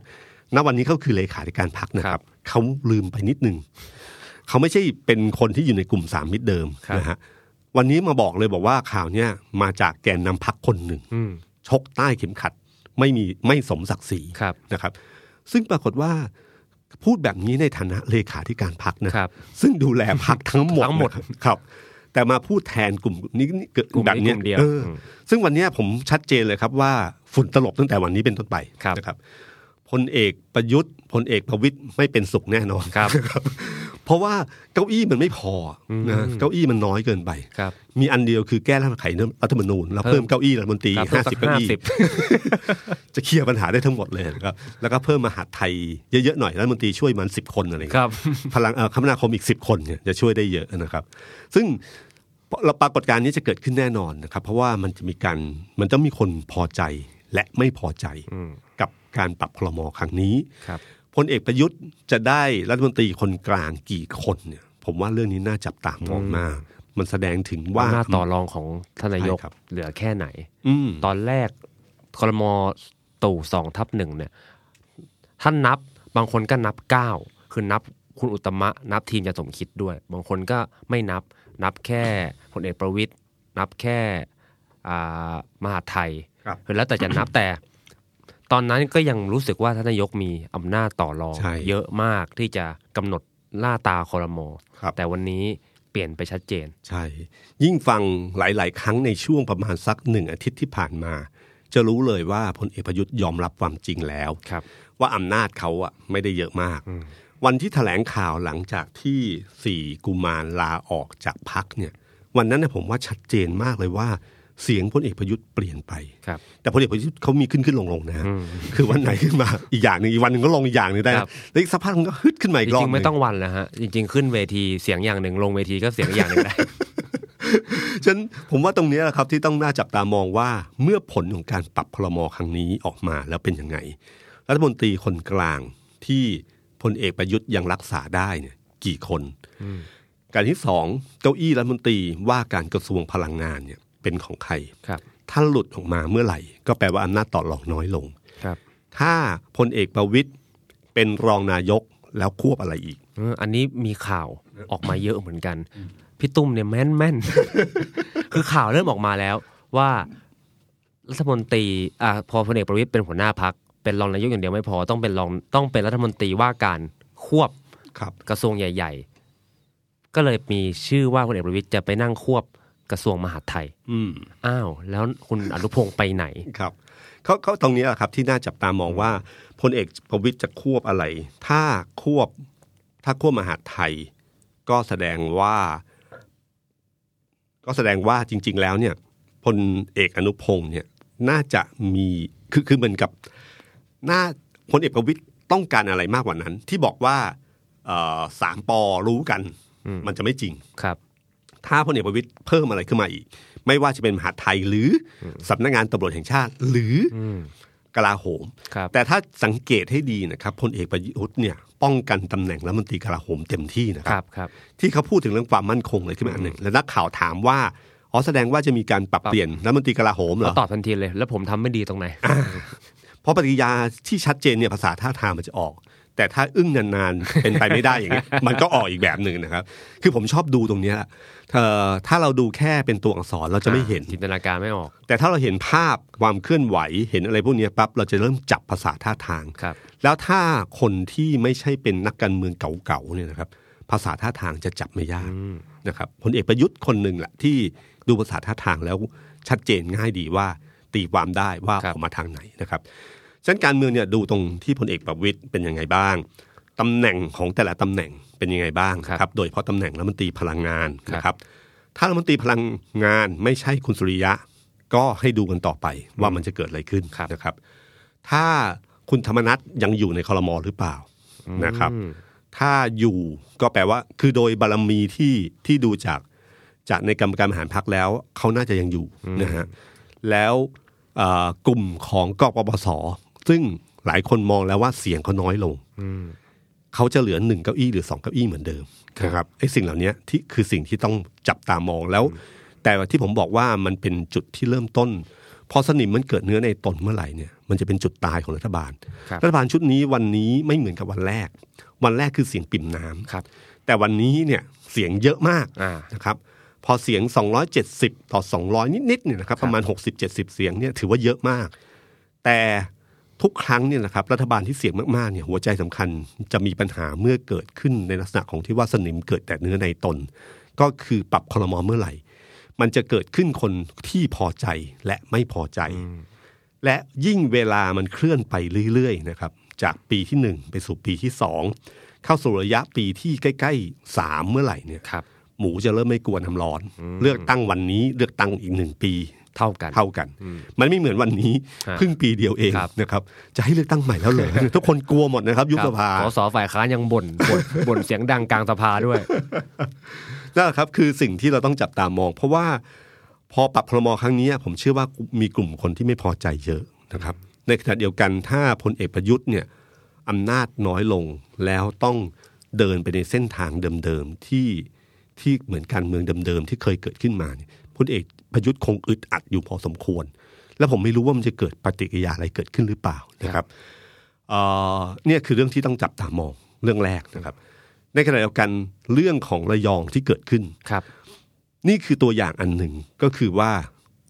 Speaker 2: ณวันนี้เขาคือเลขาธิการพักนะค
Speaker 3: ครั
Speaker 2: รั
Speaker 3: บบ
Speaker 2: เขาลืมไปนิดนึงเขาไม่ใช่เป็นคนที่อยู่ในกลุ่มสามมิตรเดิม
Speaker 3: ครับ
Speaker 2: นะฮะวันนี้มาบอกเลยบอกว่าข่าวเนี้ยมาจากแกนนำพักคนหนึ่ง
Speaker 3: อืม
Speaker 2: ชกใต้เข็มขัด ไม่มีไม่สมศักดิ์ศรี
Speaker 3: ครับ
Speaker 2: นะครับ ซึ่งปรากฏว่าพูดแบบนี้ในฐานะเลขาธิการพักนะ
Speaker 3: ครับ
Speaker 2: ซึ่งดูแลพักทั้งหมด
Speaker 3: ทั้งหมด
Speaker 2: นะครับ แต่มาพูดแทนกลุ่มนี้นี่เกิด
Speaker 3: กลุ่ม
Speaker 2: แบบ
Speaker 3: นี้
Speaker 2: เนี้ย
Speaker 3: กลุ่มเดียว
Speaker 2: อออ
Speaker 3: ม
Speaker 2: ซึ่งวันเนี้ยผมชัดเจนเลยครับว่าฝุ่นตลบตั้งแต่วันนี้เป็นต้นไป
Speaker 3: ครับ
Speaker 2: นะครับพลเอกประยุทธ์พลเอกประวิตยไม่เป็นสุขแน่นอน
Speaker 3: ครับ
Speaker 2: เพราะว่าเก้าอี้มันไม่พอนะเก้าอี้มันน้อยเกินไป
Speaker 3: ครับ
Speaker 2: มีอันเดียวคือแก้รัฐธรรมไขรัฐธรรมนูญแล้ว
Speaker 3: เพิ่
Speaker 2: เพิ่
Speaker 3: ม
Speaker 2: มเก้าอี้รัฐมนตรี
Speaker 3: ครับเพิ่ม
Speaker 2: ห้า
Speaker 3: สั
Speaker 2: สิ
Speaker 3: ก
Speaker 2: บเก้าอี้
Speaker 3: 50
Speaker 2: จะเคลียร์ปัญหาได้ทั้งหมดเลยนะครับแล้วก็เพิ่มมหาดไทยเยอะๆหน่อยรัฐมนตรีช่วยมันสิบคนอะไรอย่างเงี้ย
Speaker 3: ครับ
Speaker 2: พลังเอ่อคมนาคมอีก 10 คนเนี่ยจะช่วยได้เยอะนะครับ ซึ่งเราปรากฏการณ์นี้จะเกิดขึ้นแน่นอนนะครับ เพราะว่ามันจะมีการมันจะมีคนพอใจและไม่พอใจกับการปรับคลมอครั้งนี้
Speaker 3: ครับ
Speaker 2: พลเอกประยุทธ์จะได้รัฐมนตรีคนกลางกี่คนเนี่ยผมว่าเรื่องนี้น่าจับตามองมาก มันแสดงถึงว่า
Speaker 3: ว่าหน้าจต่อรองของท่านนายก
Speaker 2: ใช่ครับ
Speaker 3: เหลือแค่ไหน
Speaker 2: อืม
Speaker 3: ตอนแรกคอรมอตู่สองทับหนึ่งเนี่ยท่านนับบางคนก็นับเก้าคือนับคุณอุตตมะ นับทีมยาสมคิดด้วย บางคนก็ไม่นับนับแค่พลเอกประวิตยนับแค่อ่ามหาดไทย
Speaker 2: ครับ
Speaker 3: คือแล้วแต่จะนับ แต่ ตอนนั้นก็ยังรู้สึกว่าท่านนายกมีอำนาจต่อรอง
Speaker 2: ใช่
Speaker 3: เยอะมากที่จะกำหนดหน้าตาคอรมอ
Speaker 2: ครับ
Speaker 3: แต่วันนี้เปลี่ยนไปชัดเจน
Speaker 2: ใช่ ยิ่งฟังหลาย ๆ ครั้งในช่วงประมาณสักหนึ่งอาทิตย์ที่ผ่านมา จะรู้เลยว่าพลเอกประยุทธ์ยอมรับความจริงแล้ว
Speaker 3: ครับ
Speaker 2: ว่าอำนาจเขาอะไม่ได้เยอะมาก วันที่แถลงข่าวหลังจากที่สี่กุมารลาออกจากพักเนี่ย วันนั้นนะผมว่าชัดเจนมากเลยว่า เสียงพลเอกประยุทธ์เปลี่ยนไป
Speaker 3: ครับ
Speaker 2: แต่พลเอกประยุทธ์เขามีขึ้นขึ้นลงลงนะฮะคือวันไหนขึ้นมา อีกอย่างหนึ่งอีกวันหนึ่งก็ลงอีกอย่างหนึ่งได้
Speaker 3: ครั
Speaker 2: นะ
Speaker 3: บ
Speaker 2: แล้วอีกสักพักมันก็ฮึดขึ้นมา
Speaker 3: จ
Speaker 2: อีกรอบ
Speaker 3: ริงๆไม่
Speaker 2: หนึ่
Speaker 3: ต้องวันแล้วฮะ จริง ๆ ขึ้นเวทีเสียงอย่างหนึ่งลงเวทีก็เสียงอีกอย่างหนึ่งได้
Speaker 2: ฉะนันผมว่าตรงนี้แหละครับที่ต้องน่าจับตามองว่าเมื่อผลของการปรับคลมอครั้งนี้ออกมาแล้วเป็นยังไง รัฐมนตรีคนกลางที่พลเอกประยุทธ์ยังรักษาได้เนี่ยกี่คน การที่สองเก้าอี้รัฐมนตรีว่าการกระทรวงพลังงานเนี่ยเป็นของ ใคร
Speaker 3: ครับ
Speaker 2: ถ้าหลุดออกมาเมื่อไหร่ ก็แปลว่าอำนาจต่อรองน้อยลง
Speaker 3: ครับ
Speaker 2: ถ้าพลเอกประวิตยเป็นรองนายกแล้วควบอะไรอีก
Speaker 3: เอออันนี้มีข่าวออกมาเยอะเหมือนกัน พี่ตุ้มเนี่ยแม่นแม่นๆ คือข่าวเริ่มออกมาแล้วว่ารัฐมนตรีอ่าพอพลเอกประวิตยเป็นหัวหน้าพัก เป็นรองนายกอย่างเดียวไม่พอต้องเป็นรองต้องเป็นรัฐมนตรีว่าการควบ
Speaker 2: ครับ
Speaker 3: กระทรวงใหญ่ ๆ ก็เลยมีชื่อว่าพลเอกประวิตยจะไปนั่งควบกระทรวงมหาดไทย
Speaker 2: อืม
Speaker 3: อ้าวแล้วคุณอนุพงศ์ไปไหน
Speaker 2: ครับเขาเขาตรงนี้แหละครับที่น่าจับตามองว่าพลเอกประวิตยจะควบอะไร ถ้าควบถ้าควบมหาดไทย ก็แสดงว่า ก็แสดงว่าจริง ๆ แล้วเนี่ยพลเอกอนุพงศ์เนี่ยน่าจะมีคือคือเหมือนกับน่าพลเอกประวิตยต้องการอะไรมากกว่านั้น ที่บอกว่าเอ่อสามปอรู้กัน มันจะไม่จริง
Speaker 3: ครับ
Speaker 2: ถ้าพลเอกประวิตยเพิ่มอะไรขึ้นมาอีก ไม่ว่าจะเป็นมหาดไทยหรือสำนักงานตำรวจแห่งชาติ หรืออกลาโหม
Speaker 3: ครับ
Speaker 2: แต่ถ้าสังเกตให้ดีนะครับพลเอกประยุทธ์เนี่ยป้องกันตำแหน่งรัฐมนตรีกลาโหมเต็มที่นะค
Speaker 3: ครั
Speaker 2: รั
Speaker 3: บบ ครับ
Speaker 2: ที่เขาพูดถึงเรื่องความมั่นคงเลยขึ้นมาอันหนึ่งแล้วนักข่าวถามว่าอ๋อแสดงว่าจะมีการปรับ
Speaker 3: ปรับ
Speaker 2: เปลี่ยนรัฐมนตรีกลาโหมเหร
Speaker 3: เขา
Speaker 2: อ
Speaker 3: ตอบทันทีเลย แล้วผมทำไม่ดีตรงไหน
Speaker 2: เพราะปฏิกิริยาที่ชัดเจนเนี่ยภาษาท่าทางมันจะออก แต่ถ้าอึ้งนานๆ เป็นไปไม่ได้อย่างเงี้ยมันก็ออกอีกแบบหนึ่งนะครับ คือผมชอบดูตรงเนี้ยแหละเอ่อถ้าเราดูแค่เป็นตัวอักษรเราจะไม่เห็น
Speaker 3: จินตนาการไม่ออก
Speaker 2: แต่ถ้าเราเห็นภาพความเคลื่อนไหวเห็นอะไรพวกเนี้ยปั๊บเราจะเริ่มจับภาษาท่าทาง
Speaker 3: ครับ
Speaker 2: แล้วถ้าคนที่ไม่ใช่เป็นนักการเมืองเก่าๆเนี่ยนะครับ ภาษาท่าทางจะจับไม่ยากนะครับพลเอกประยุทธ์คนหนึ่งแหละที่ดูภาษาท่าทางแล้วชัดเจนง่ายดีว่าตีความได้ว่า
Speaker 3: ครั
Speaker 2: อบ อกมาทางไหนนะครับฉะนั้นการเมืองเนี่ยดูตรงที่พลเอกประวิตยเป็นยังไงบ้างตำแหน่งของแต่ละตำแหน่งเป็นยังไงบ้างนะครับ โดยเฉพาะตำแหน่งรัฐมนตรีพลังงานนะครับ ถ้ารัฐมนตรีพลังงานไม่ใช่คุณสุริยะ ก็ให้ดูกันต่อไปว่ามันจะเกิดอะไรขึ้น
Speaker 3: ครับ
Speaker 2: นะครับ ถ้าคุณธรรมนัทยังอยู่ในคอรมอหรือเปล่า นะครับ ถ้าอยู่ก็แปลว่า คือโดยบารมีที่ที่ดูจากจากในกรรมการบริหารพักแล้ว เขาน่าจะยังอยู่นะฮะแล้วเอ่อกลุ่มของกปปสซึ่งหลายคนมองแล้วว่าเสียงเขาน้อยลง เขาจะเหลือหนึ่งเก้าอี้หรือสองเก้าอี้เหมือนเดิมนะครับไอ้สิ่งเหล่านี้ที่คือสิ่งที่ต้องจับตามองแล้ว แต่ที่ผมบอกว่ามันเป็นจุดที่เริ่มต้น พอสนิมมันเกิดเนื้อในตนเมื่อไหร่เนี่ยมันจะเป็นจุดตายของรัฐบาล
Speaker 3: ครับ
Speaker 2: รัฐบาลชุดนี้วันนี้ไม่เหมือนกับวันแรก วันแรกคือเสียงปิ่มน้ำ
Speaker 3: ครับ
Speaker 2: แต่วันนี้เนี่ยเสียงเยอะมาก
Speaker 3: อ่า
Speaker 2: นะครับพอเสียง 270 ต่อ 200 นิดๆเนี่ยนะครับประมาณ 60-70 เสียงเนี่ยถือว่าเยอะมาก แต่ทุกครั้งเนี่ยนะครับรัฐบาลที่เสี่ยงมากๆเนี่ยหัวใจสำคัญจะมีปัญหาเมื่อเกิดขึ้นในลักษณะของที่ว่าสนิมเกิดแต่เนื้อในตน ก็คือปรับคลมอเมื่อไหร่ มันจะเกิดขึ้นคนที่พอใจและไม่พอใจ และยิ่งเวลามันเคลื่อนไปเรื่อยๆนะครับจากปีที่หนึ่งไปสู่ปีที่สองเข้าสู่ระยะปีที่ใกล้ๆสามเมื่อไหร่เนี่ย
Speaker 3: ครับ
Speaker 2: หมูจะเริ่มไม่กลัวน้ำร้อน เลือกตั้งวันนี้เลือกตั้งอีกหนึ่งปี
Speaker 3: เท่ากัน
Speaker 2: เท่ากัน มันไม่เหมือนวันนี้
Speaker 3: ฮะ
Speaker 2: เพิ่งปีเดียวเอง
Speaker 3: ครับ
Speaker 2: นะครับ จะให้เลือกตั้ง ใหม่แล้วเลย ทุกคนกลัวหมดนะครับยุบ
Speaker 3: ครั
Speaker 2: ส
Speaker 3: บ
Speaker 2: ภา
Speaker 3: สสฝ่ายค้านยังบ่นบ่น บ่นเสียงดังกลางสภาด้วย
Speaker 2: นั่นแหละครับคือสิ่งที่เราต้องจับตามอง เพราะว่าพอปรับพรมครั้งนี้ผมเชื่อว่ามีกลุ่มคนที่ไม่พอใจเยอะนะครับ ในขณะเดียวกันถ้าพลเอกประยุทธ์เนี่ยอำนาจน้อยลงแล้วต้องเดินไปในเส้นทางเดิมๆที่ที่เหมือนการเมืองเดิมๆที่เคยเกิดขึ้นมาเนี่ยพลเอกประยุทธ์คงอึดอัดอยู่พอสมควร และผมไม่รู้ว่ามันจะเกิดปฏิกิริยาอะไรเกิดขึ้นหรือเปล่านะครับ เอ่อเนี่ยคือเรื่องที่ต้องจับตามองเรื่องแรกนะครับ ในขณะเดียวกันเรื่องของระยองที่เกิดขึ้น
Speaker 3: ครับ
Speaker 2: นี่คือตัวอย่างอันหนึ่งก็คือว่า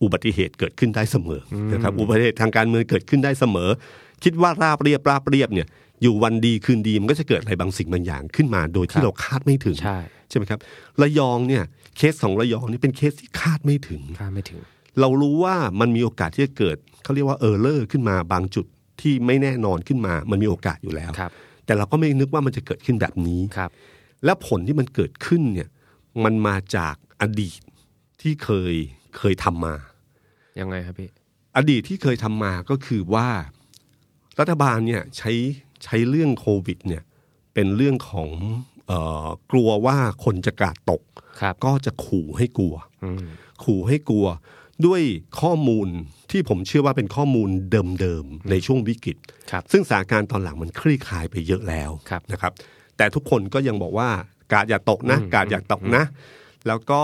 Speaker 2: อุบัติเหตุเกิดขึ้นได้เสมออนะครับอุบัติเหตุทางการเมืองเกิดขึ้นได้เสมอ คิดว่าราบเรียบราบเรียบเนี่ยอยู่วันดีคืนดีมันก็จะเกิดอะไรบางสิ่งบางอย่างขึ้นมา โดย
Speaker 3: ครั
Speaker 2: ที่
Speaker 3: บ
Speaker 2: เราคาดไม่ถึง
Speaker 3: ใช่
Speaker 2: ใช่ไหมครับระยองเนี่ยเคสของระยองนี่เป็นเคสที่คาดไม่ถึง
Speaker 3: คาดไม่ถึง
Speaker 2: เรารู้ว่ามันมีโอกาสที่จะเกิดเขาเรียกว่าเออร์เลอร์ขึ้นมาบางจุดที่ไม่แน่นอนขึ้นมา มันมีโอกาสอยู่แล้ว
Speaker 3: ครับ
Speaker 2: แต่เราก็ไม่นึกว่ามันจะเกิดขึ้นแบบนี้
Speaker 3: ครับ
Speaker 2: และผลที่มันเกิดขึ้นเนี่ยมันมาจากอดีตที่เคยเคยทำมา
Speaker 3: ยังไงครับพี่
Speaker 2: อดีตที่เคยทำมาก็คือว่ารัฐบาลเนี่ยใช้ใช้เรื่องโควิดเนี่ยเป็นเรื่องของเออกลัวว่าคนจะกาดตก
Speaker 3: ครับ
Speaker 2: ก็จะขู่ให้กลัว
Speaker 3: อืม
Speaker 2: ขู่ให้กลัวด้วยข้อมูลที่ผมเชื่อว่าเป็นข้อมูลเดิมๆ ในช่วงวิกฤต
Speaker 3: ครับ
Speaker 2: ซึ่งสถานการณ์ตอนหลังมันคลี่คลายไปเยอะแล้ว
Speaker 3: ครับ
Speaker 2: นะครับ แต่ทุกคนก็ยังบอกว่ากาดอย่าตกนะ กาดอย่าตกนะ แล้วก็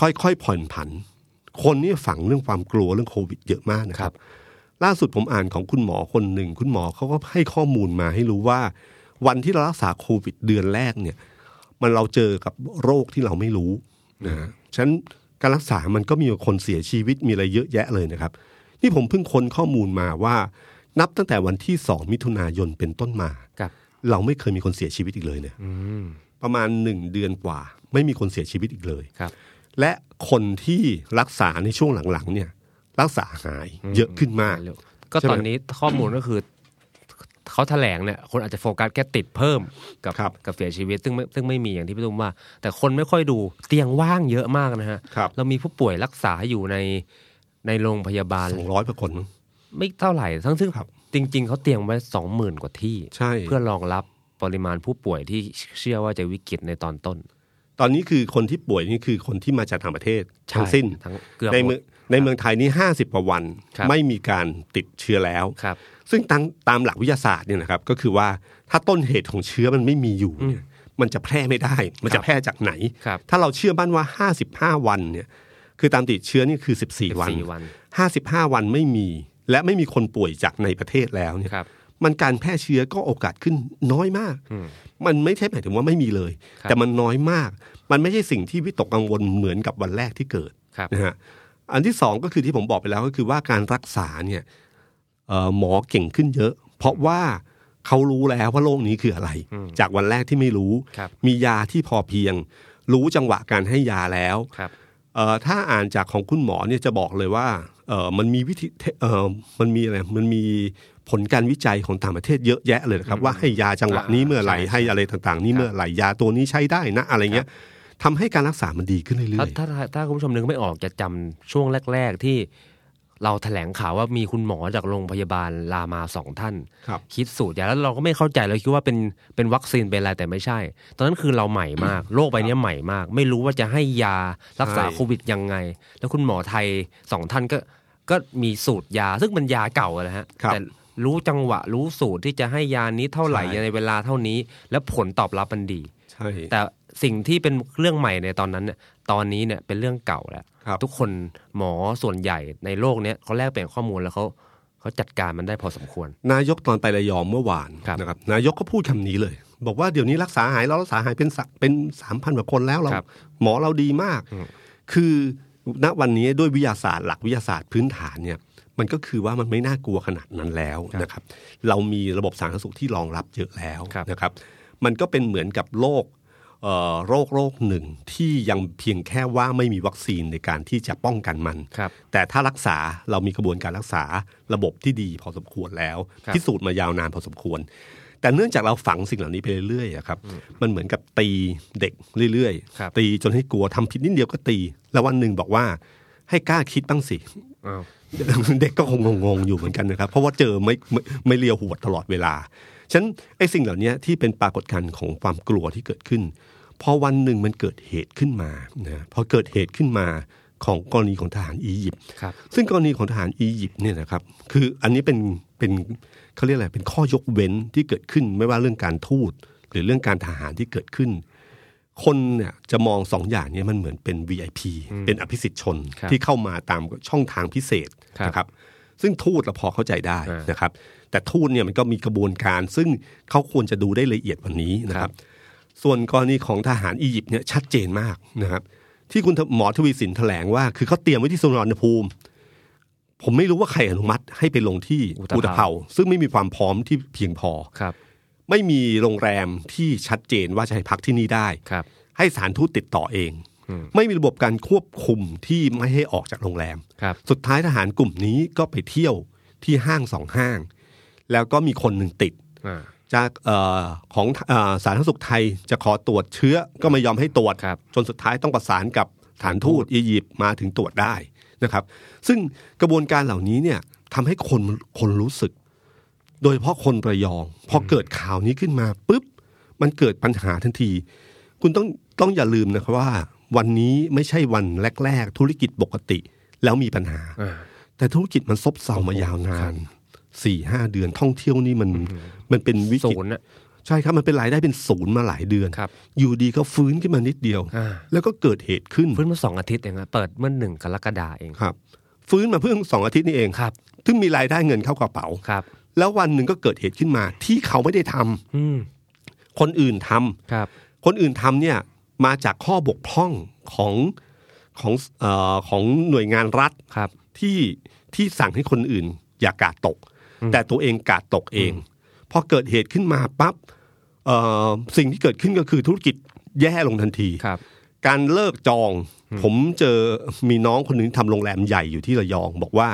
Speaker 2: ค่อยๆผ่อนผัน คนนี่ฝังเรื่องความกลัวเรื่องโควิดเยอะมากนะค
Speaker 3: ครั
Speaker 2: รับ
Speaker 3: บ
Speaker 2: ล่าสุดผมอ่านของคุณหมอคนหนึ่ง คุณหมอเขาก็ให้ข้อมูลมาให้รู้ว่า วันที่เรารักษาโควิดเดือนแรกเนี่ย มันเราเจอกับโรคที่เราไม่รู้นะฮะฉะนั้นการรักษามันก็มีคนเสียชีวิตมีอะไรเยอะแยะเลยนะครับ นี่ผมเพิ่งค้นข้อมูลมาว่า นับตั้งแต่วันที่ 2 มิถุนายนเป็นต้นมา
Speaker 3: ครับ
Speaker 2: เราไม่เคยมีคนเสียชีวิตอีกเลยเนี่ย
Speaker 3: อืม
Speaker 2: ประมาณ 1 เดือนกว่า ไม่มีคนเสียชีวิตอีกเลย
Speaker 3: ครับ
Speaker 2: และคนที่รักษาในช่วงหลังๆ เนี่ย รักษาหายเยอะขึ้นมาก
Speaker 3: ก็
Speaker 2: ใช่ไหม
Speaker 3: ตอนนี้ข้อมูลก็คือ เขาแถลงเนี่ย คนอาจจะโฟกัสแค่ติดเพิ่มกับ
Speaker 2: ครับ
Speaker 3: กับเสียชีวิต ซึ่งไม่ซึ่งไม่มีอย่างที่พี่ตุ้มว่า แต่คนไม่ค่อยดูเตียงว่างเยอะมากนะฮะ
Speaker 2: ครับ
Speaker 3: เรามีผู้ป่วยรักษาอยู่ในในโรงพยาบาล
Speaker 2: สองร้อยกว่าคนมั้ง
Speaker 3: ไม่เท่าไหร่ ทั้งซึ่ง
Speaker 2: ครับ
Speaker 3: จริง ๆ เขาเตรียมไว้สองหมื่นกว่าที่
Speaker 2: ใช่
Speaker 3: เพื่อรองรับปริมาณผู้ป่วยที่เชื่อว่าจะวิกฤตในตอนต้น
Speaker 2: ตอนนี้คือคนที่ป่วยนี่คือคนที่มาจากต่างประเทศทั้งสิ้น
Speaker 3: ทั้งเกือบ
Speaker 2: ใน
Speaker 3: หม
Speaker 2: เมือ
Speaker 3: ด
Speaker 2: งในเมืองไทยนี่ห้าสิบกว่าวัน
Speaker 3: ครับ
Speaker 2: ไม่มีการติดเชื้อแล้ว
Speaker 3: ครับ
Speaker 2: ซึ่งตามตามหลักวิทยาศาสตร์เนี่ยนะครับก็คือว่าถ้าต้นเหตุของเชื้อมันไม่มีอยู่เนี่ยมันจะแพร่ไม่ได้ มัน
Speaker 3: ค
Speaker 2: จะ
Speaker 3: รับ
Speaker 2: แพร่จากไหน
Speaker 3: ครับ
Speaker 2: ถ้าเราเชื่อบ้านว่า 55 วันเนี่ยคือตามติดเชื้อนี่คือ 14 วัน
Speaker 3: 14วัน
Speaker 2: 55 วันไม่มี และไม่มีคนป่วยจากในประเทศแล้วเนี่ย
Speaker 3: ครับ
Speaker 2: มันการแพร่เชื้อก็โอกาสขึ้นน้อยมาก มันไม่ใช่หมายถึงว่าไม่มีเลย
Speaker 3: ครับ
Speaker 2: แต่มันน้อยมาก มันไม่ใช่สิ่งที่วิตกกังวลเหมือนกับวันแรกที่เกิด
Speaker 3: ครับ
Speaker 2: นะฮะอันที่สองก็คือที่ผมบอกไปแล้วก็คือว่าการรักษาเนี่ยเอ่อหมอเก่งขึ้นเยอะ เพราะว่าเขารู้แล้วว่าโรคนี้คืออะไร จากวันแรกที่ไม่รู้
Speaker 3: ครับ
Speaker 2: มียาที่พอเพียง รู้จังหวะการให้ยาแล้ว
Speaker 3: ครับ
Speaker 2: เอ่อถ้าอ่านจากของคุณหมอเนี่ยจะบอกเลยว่าเอ่อมันมีวิธีเอ่อมันมีอะไรมันมีผลการวิจัยของต่างประเทศเยอะแยะเลยนะครับ ว่าให้ยาจังหวะนี้เมื่อไหร่
Speaker 3: ใช่ใช่
Speaker 2: ให้อะไรต่างๆ นี้เมื่อไหร่ยาตัวนี้ใช้ได้นะอะไรเงี้ยทำให้การรักษามันดีขึ้นเรื่
Speaker 3: ถ้า
Speaker 2: อยๆ
Speaker 3: ถ้าถ้าถ้าคุณผู้ชมนึกไม่ออกจะจำช่วงแรก ๆ ที่ เราแถลงข่าวว่ามีคุณหมอจากโรงพยาบาลลามาสองท่าน
Speaker 2: ครับ
Speaker 3: คิดสูตรยาแล้วเราก็ไม่เข้าใจเราคิดว่าเป็นเป็นวัคซีนเป็นอะไรแต่ไม่ใช่ ตอนนั้นคือเราใหม่มากโรคใบเนี้ยใหม่มาก ไม่รู้ว่าจะให้ยารักษา
Speaker 2: ใช่
Speaker 3: โควิดยังไง แล้วคุณหมอไทยสองท่านก็ก็มีสูตรยาซึ่งมันยาเก่าอะนะฮะ
Speaker 2: ครับ
Speaker 3: แต่รู้จังหวะรู้สูตรที่จะให้ยานี้เท่าไหร่
Speaker 2: ใช่
Speaker 3: ในเวลาเท่านี้ และผลตอบรับมันดี
Speaker 2: ใช่
Speaker 3: แต่สิ่งที่เป็นเรื่องใหม่ในตอนนั้นเนี่ยตอนนี้เนี่ยเป็นเรื่องเก่าแล้ว
Speaker 2: ครับ
Speaker 3: ทุกคนหมอส่วนใหญ่ในโลกเนี้ยเขาแลกเปลี่ยนข้อมูลแล้วเขาเขาจัดการมันได้พอสมควร
Speaker 2: นายกตอนไประยองเมื่อวาน
Speaker 3: ครับ
Speaker 2: นะครับนายกก็พูดคำนี้เลย บอกว่าเดี๋ยวนี้รักษาหายแล้วรักษาหายเป็นสักเป็นสามพันกว่าคนแล้วเรา
Speaker 3: ครับ
Speaker 2: หมอเราดีมาก
Speaker 3: อืม
Speaker 2: คือณวันนี้ด้วยวิทยาศาสตร์หลักวิทยาศาสตร์พื้นฐานเนี่ยมันก็คือว่ามันไม่น่ากลัวขนาดนั้นแล้วนะครับ เรามีระบบสาธารณสุขที่รองรับเยอะแล้วนะครับ มันก็เป็นเหมือนกับโรคเอ่อโรคโรคหนึ่งที่ยังเพียงแค่ว่าไม่มีวัคซีนในการที่จะป้องกันมัน
Speaker 3: ครับ
Speaker 2: แต่ถ้ารักษาเรามีกระบวนการรักษาระบบที่ดีพอสมควรแล้ว
Speaker 3: ครับ
Speaker 2: พิสูจน์มายาวนานพอสมควร แต่เนื่องจากเราฝังสิ่งเหล่านี้ไปเรื่อยๆอะครับ มันเหมือนกับตีเด็กเรื่อย
Speaker 3: ครับ
Speaker 2: ตีจนให้กลัวทำผิดนิดเดียวก็ตี แล้ววันหนึ่งบอกว่าให้กล้าคิดบ้างสิ
Speaker 3: อ้าว
Speaker 2: เด็กก็คงงงๆอยู่เหมือนกันนะครับ เพราะว่าเจอไม่ไม่ไม่เลียวหัวตลอดเวลา ฉะนั้นไอ้สิ่งเหล่านี้ที่เป็นปรากฏการณ์ของความกลัวที่เกิดขึ้น พอวันหนึ่งมันเกิดเหตุขึ้นมานะพอเกิดเหตุขึ้นมาของกรณีของทหารอียิปต์
Speaker 3: ครับ
Speaker 2: ซึ่งกรณีของทหารอียิปต์เนี่ยนะครับ คืออันนี้เป็นเป็นเขาเรียกอะไรเป็นข้อยกเว้นที่เกิดขึ้นไม่ว่าเรื่องการทูตหรือเรื่องการทหารที่เกิดขึ้น คนเนี่ยจะมองสองอย่างเนี้มันเหมือนเป็น VIP เป็นอภิสิทธิชน
Speaker 3: ครับ
Speaker 2: ที่เข้ามาตามช่องทางพิเศษ
Speaker 3: ครับ
Speaker 2: นะครับ ซึ่งทูตเราพอเข้าใจได้
Speaker 3: อ่าน
Speaker 2: นะครับ แต่ทูตเนี่ยมันก็มีกระบวนการ ซึ่งเขาควรจะดูได้ละเอียดกวันนี้นะครับ ส่วนกรณีของทหารอียิปต์เนี่ยชัดเจนมากนะครับ ที่คุณหมอทวีสินแถลงว่า คือเขาเตรียมไว้ที่สุวรรณภูมิ ผมไม่รู้ว่าใครอนุมัติให้ไปลงที่
Speaker 3: อุตภเปา
Speaker 2: อุตภเปาซึ่งไม่มีความพร้อมที่เพียงพอ
Speaker 3: ครับ
Speaker 2: ไม่มีโรงแรมที่ชัดเจนว่าจะให้พักที่นี่ได้
Speaker 3: ครับ
Speaker 2: ให้สถารทูตติดต่อเอง
Speaker 3: อืม
Speaker 2: ไม่มีระบบการควบคุมที่ไม่ให้ออกจากโรงแรม
Speaker 3: ครับ
Speaker 2: สุดท้ายทหารกลุ่มนี้ก็ไปเที่ยวที่ห้างสองห้าง แล้วก็มีคนหนึ่งติด
Speaker 3: อ่า
Speaker 2: จากเออของเออสาธารณสุขไทยจะขอตรวจเชื้อก็ไม่ยอมให้ตรวจ
Speaker 3: ครับ
Speaker 2: จนสุดท้ายต้องประสานกับฐานทูตอียิปต์มาถึงตรวจได้นะครับ ซึ่งกระบวนการเหล่านี้เนี่ยทำให้คนคนรู้สึก โดยเฉพาะคนประยอง พอเกิดข่าวนี้ขึ้นมาปุ๊บมันเกิดปัญหาทันที คุณต้องต้องอย่าลืมนะครับว่า วันนี้ไม่ใช่วันแรก ๆ ธุรกิจปกติแล้วมีปัญหา
Speaker 3: อ่า
Speaker 2: แต่ธุรกิจมันซบเซามายาวนานสี่ห้าเดือนท่องเที่ยวนี่มันมันเป็นวิ
Speaker 3: ศู
Speaker 2: กฤต
Speaker 3: นย์อะ
Speaker 2: ใช่ครับ มันเป็นรายได้เป็นศูนย์มาหลายเดือน
Speaker 3: ครับ
Speaker 2: อยู่ดีก็ฟื้นขึ้นมานิดเดียว
Speaker 3: อ่า
Speaker 2: แล้วก็เกิดเหตุขึ้น
Speaker 3: เพิ่งมาสองอาทิตย์เองอะเปิดเมื่อหนึ่งกรกฎาเอง
Speaker 2: ครับ ฟื้นมาเพิ่งสองอาทิตย์นี่เอง
Speaker 3: ครับ
Speaker 2: ซึ่งมีรายได้เงินเข้ากระเป๋า
Speaker 3: ครับ
Speaker 2: แล้ววันหนึ่งก็เกิดเหตุขึ้นมา ที่เขาไม่ได้ทำ
Speaker 3: อืม
Speaker 2: คนอื่นทำ
Speaker 3: ครับ
Speaker 2: คนอื่นทำเนี่ยมาจากข้อบกพร่องของของเออของหน่วยงานรัฐ
Speaker 3: ครับ
Speaker 2: ที่ที่สั่งให้คนอื่น อย่ากาดตก แต่ตัวเองกาดตกเองพอเกิดเหตุขึ้นมาปั๊บเอ่อสิ่งที่เกิดขึ้นก็คือธุรกิจแย่ลงทันที
Speaker 3: ครับ
Speaker 2: การเลิกจอง ผมเจอมีน้องคนหนึงทำโรงแรมใหญ่อยู่ที่ระยอง บอกว่า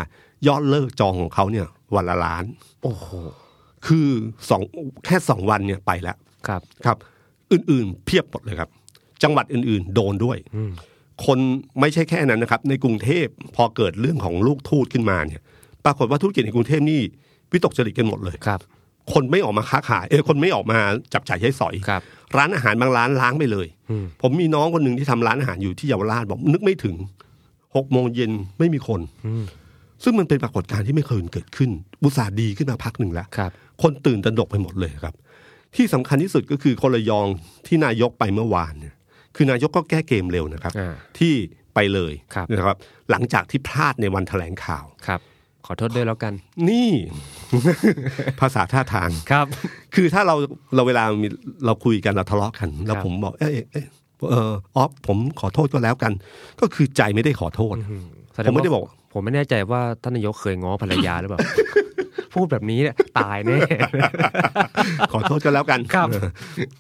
Speaker 2: ยอดเลิกจองของเขาเนี่ยวันละล้าน
Speaker 3: โอ้โห
Speaker 2: คือสองแค่สองวันเนี่ยไปแล้ว
Speaker 3: ครับ
Speaker 2: ครับ อื่นๆ เพียบหมดเลยครับ จังหวัดอื่นๆ โดนด้วย คนไม่ใช่แค่นั้นนะครับ ในกรุงเทพพอเกิดเรื่องของลูกทูตขึ้นมาเนี่ย ปรากฏว่าธุรกิจในกรุงเทพนี่วิตกจริตกันหมดเลย
Speaker 3: ครับ
Speaker 2: คนไม่ออกมาค้าขายเออคนไม่ออกมาจับจ่ายใช้สอย
Speaker 3: ครับ
Speaker 2: ร้านอาหารบางร้านล้างไปเลย ผมมีน้องคนหนึ่งที่ทำร้านอาหารอยู่ที่เยาวราชบอกนึกไม่ถึงหกโมงเย็นไม่มีคน ซึ่งมันเป็นปรากฏการณ์ที่ไม่เคยเกิดขึ้นอุตสาห์ดีขึ้นมาพักหนึ่งแล้ว
Speaker 3: ครับ
Speaker 2: คนตื่นตระหนกไปหมดเลยครับ ที่สำคัญที่สุดก็คือคนระยองที่นายกไปเมื่อวานเนี่ยคือนายกก็แก้เกมเร็วนะครับ
Speaker 3: อ่า
Speaker 2: ที่ไปเลย
Speaker 3: ครับ
Speaker 2: นะครับ หลังจากที่พลาดในวันแถลงข่าว
Speaker 3: ครับ ขอโทษด้วยแล้วกัน
Speaker 2: นี่ ภาษาท่าทาง
Speaker 3: ครับ
Speaker 2: คือถ้าเราเราเวลามีเราคุยกันเราทะเลาะกัน แล้วผมบอกเอยเอยเอยเออออฟผมขอโทษก็แล้วกัน ก็คือใจไม่ได้ขอโทษ
Speaker 3: แสง
Speaker 2: ผมไม่ได้
Speaker 3: ว่
Speaker 2: บอก
Speaker 3: ผมไม่แน่ใจว่าท่านนายกเคยง้อภรรยาหรือเป ล่า พูดแบบนี้เนี่ยตายแน่
Speaker 2: ขอโทษก็แล้วกัน
Speaker 3: ครับ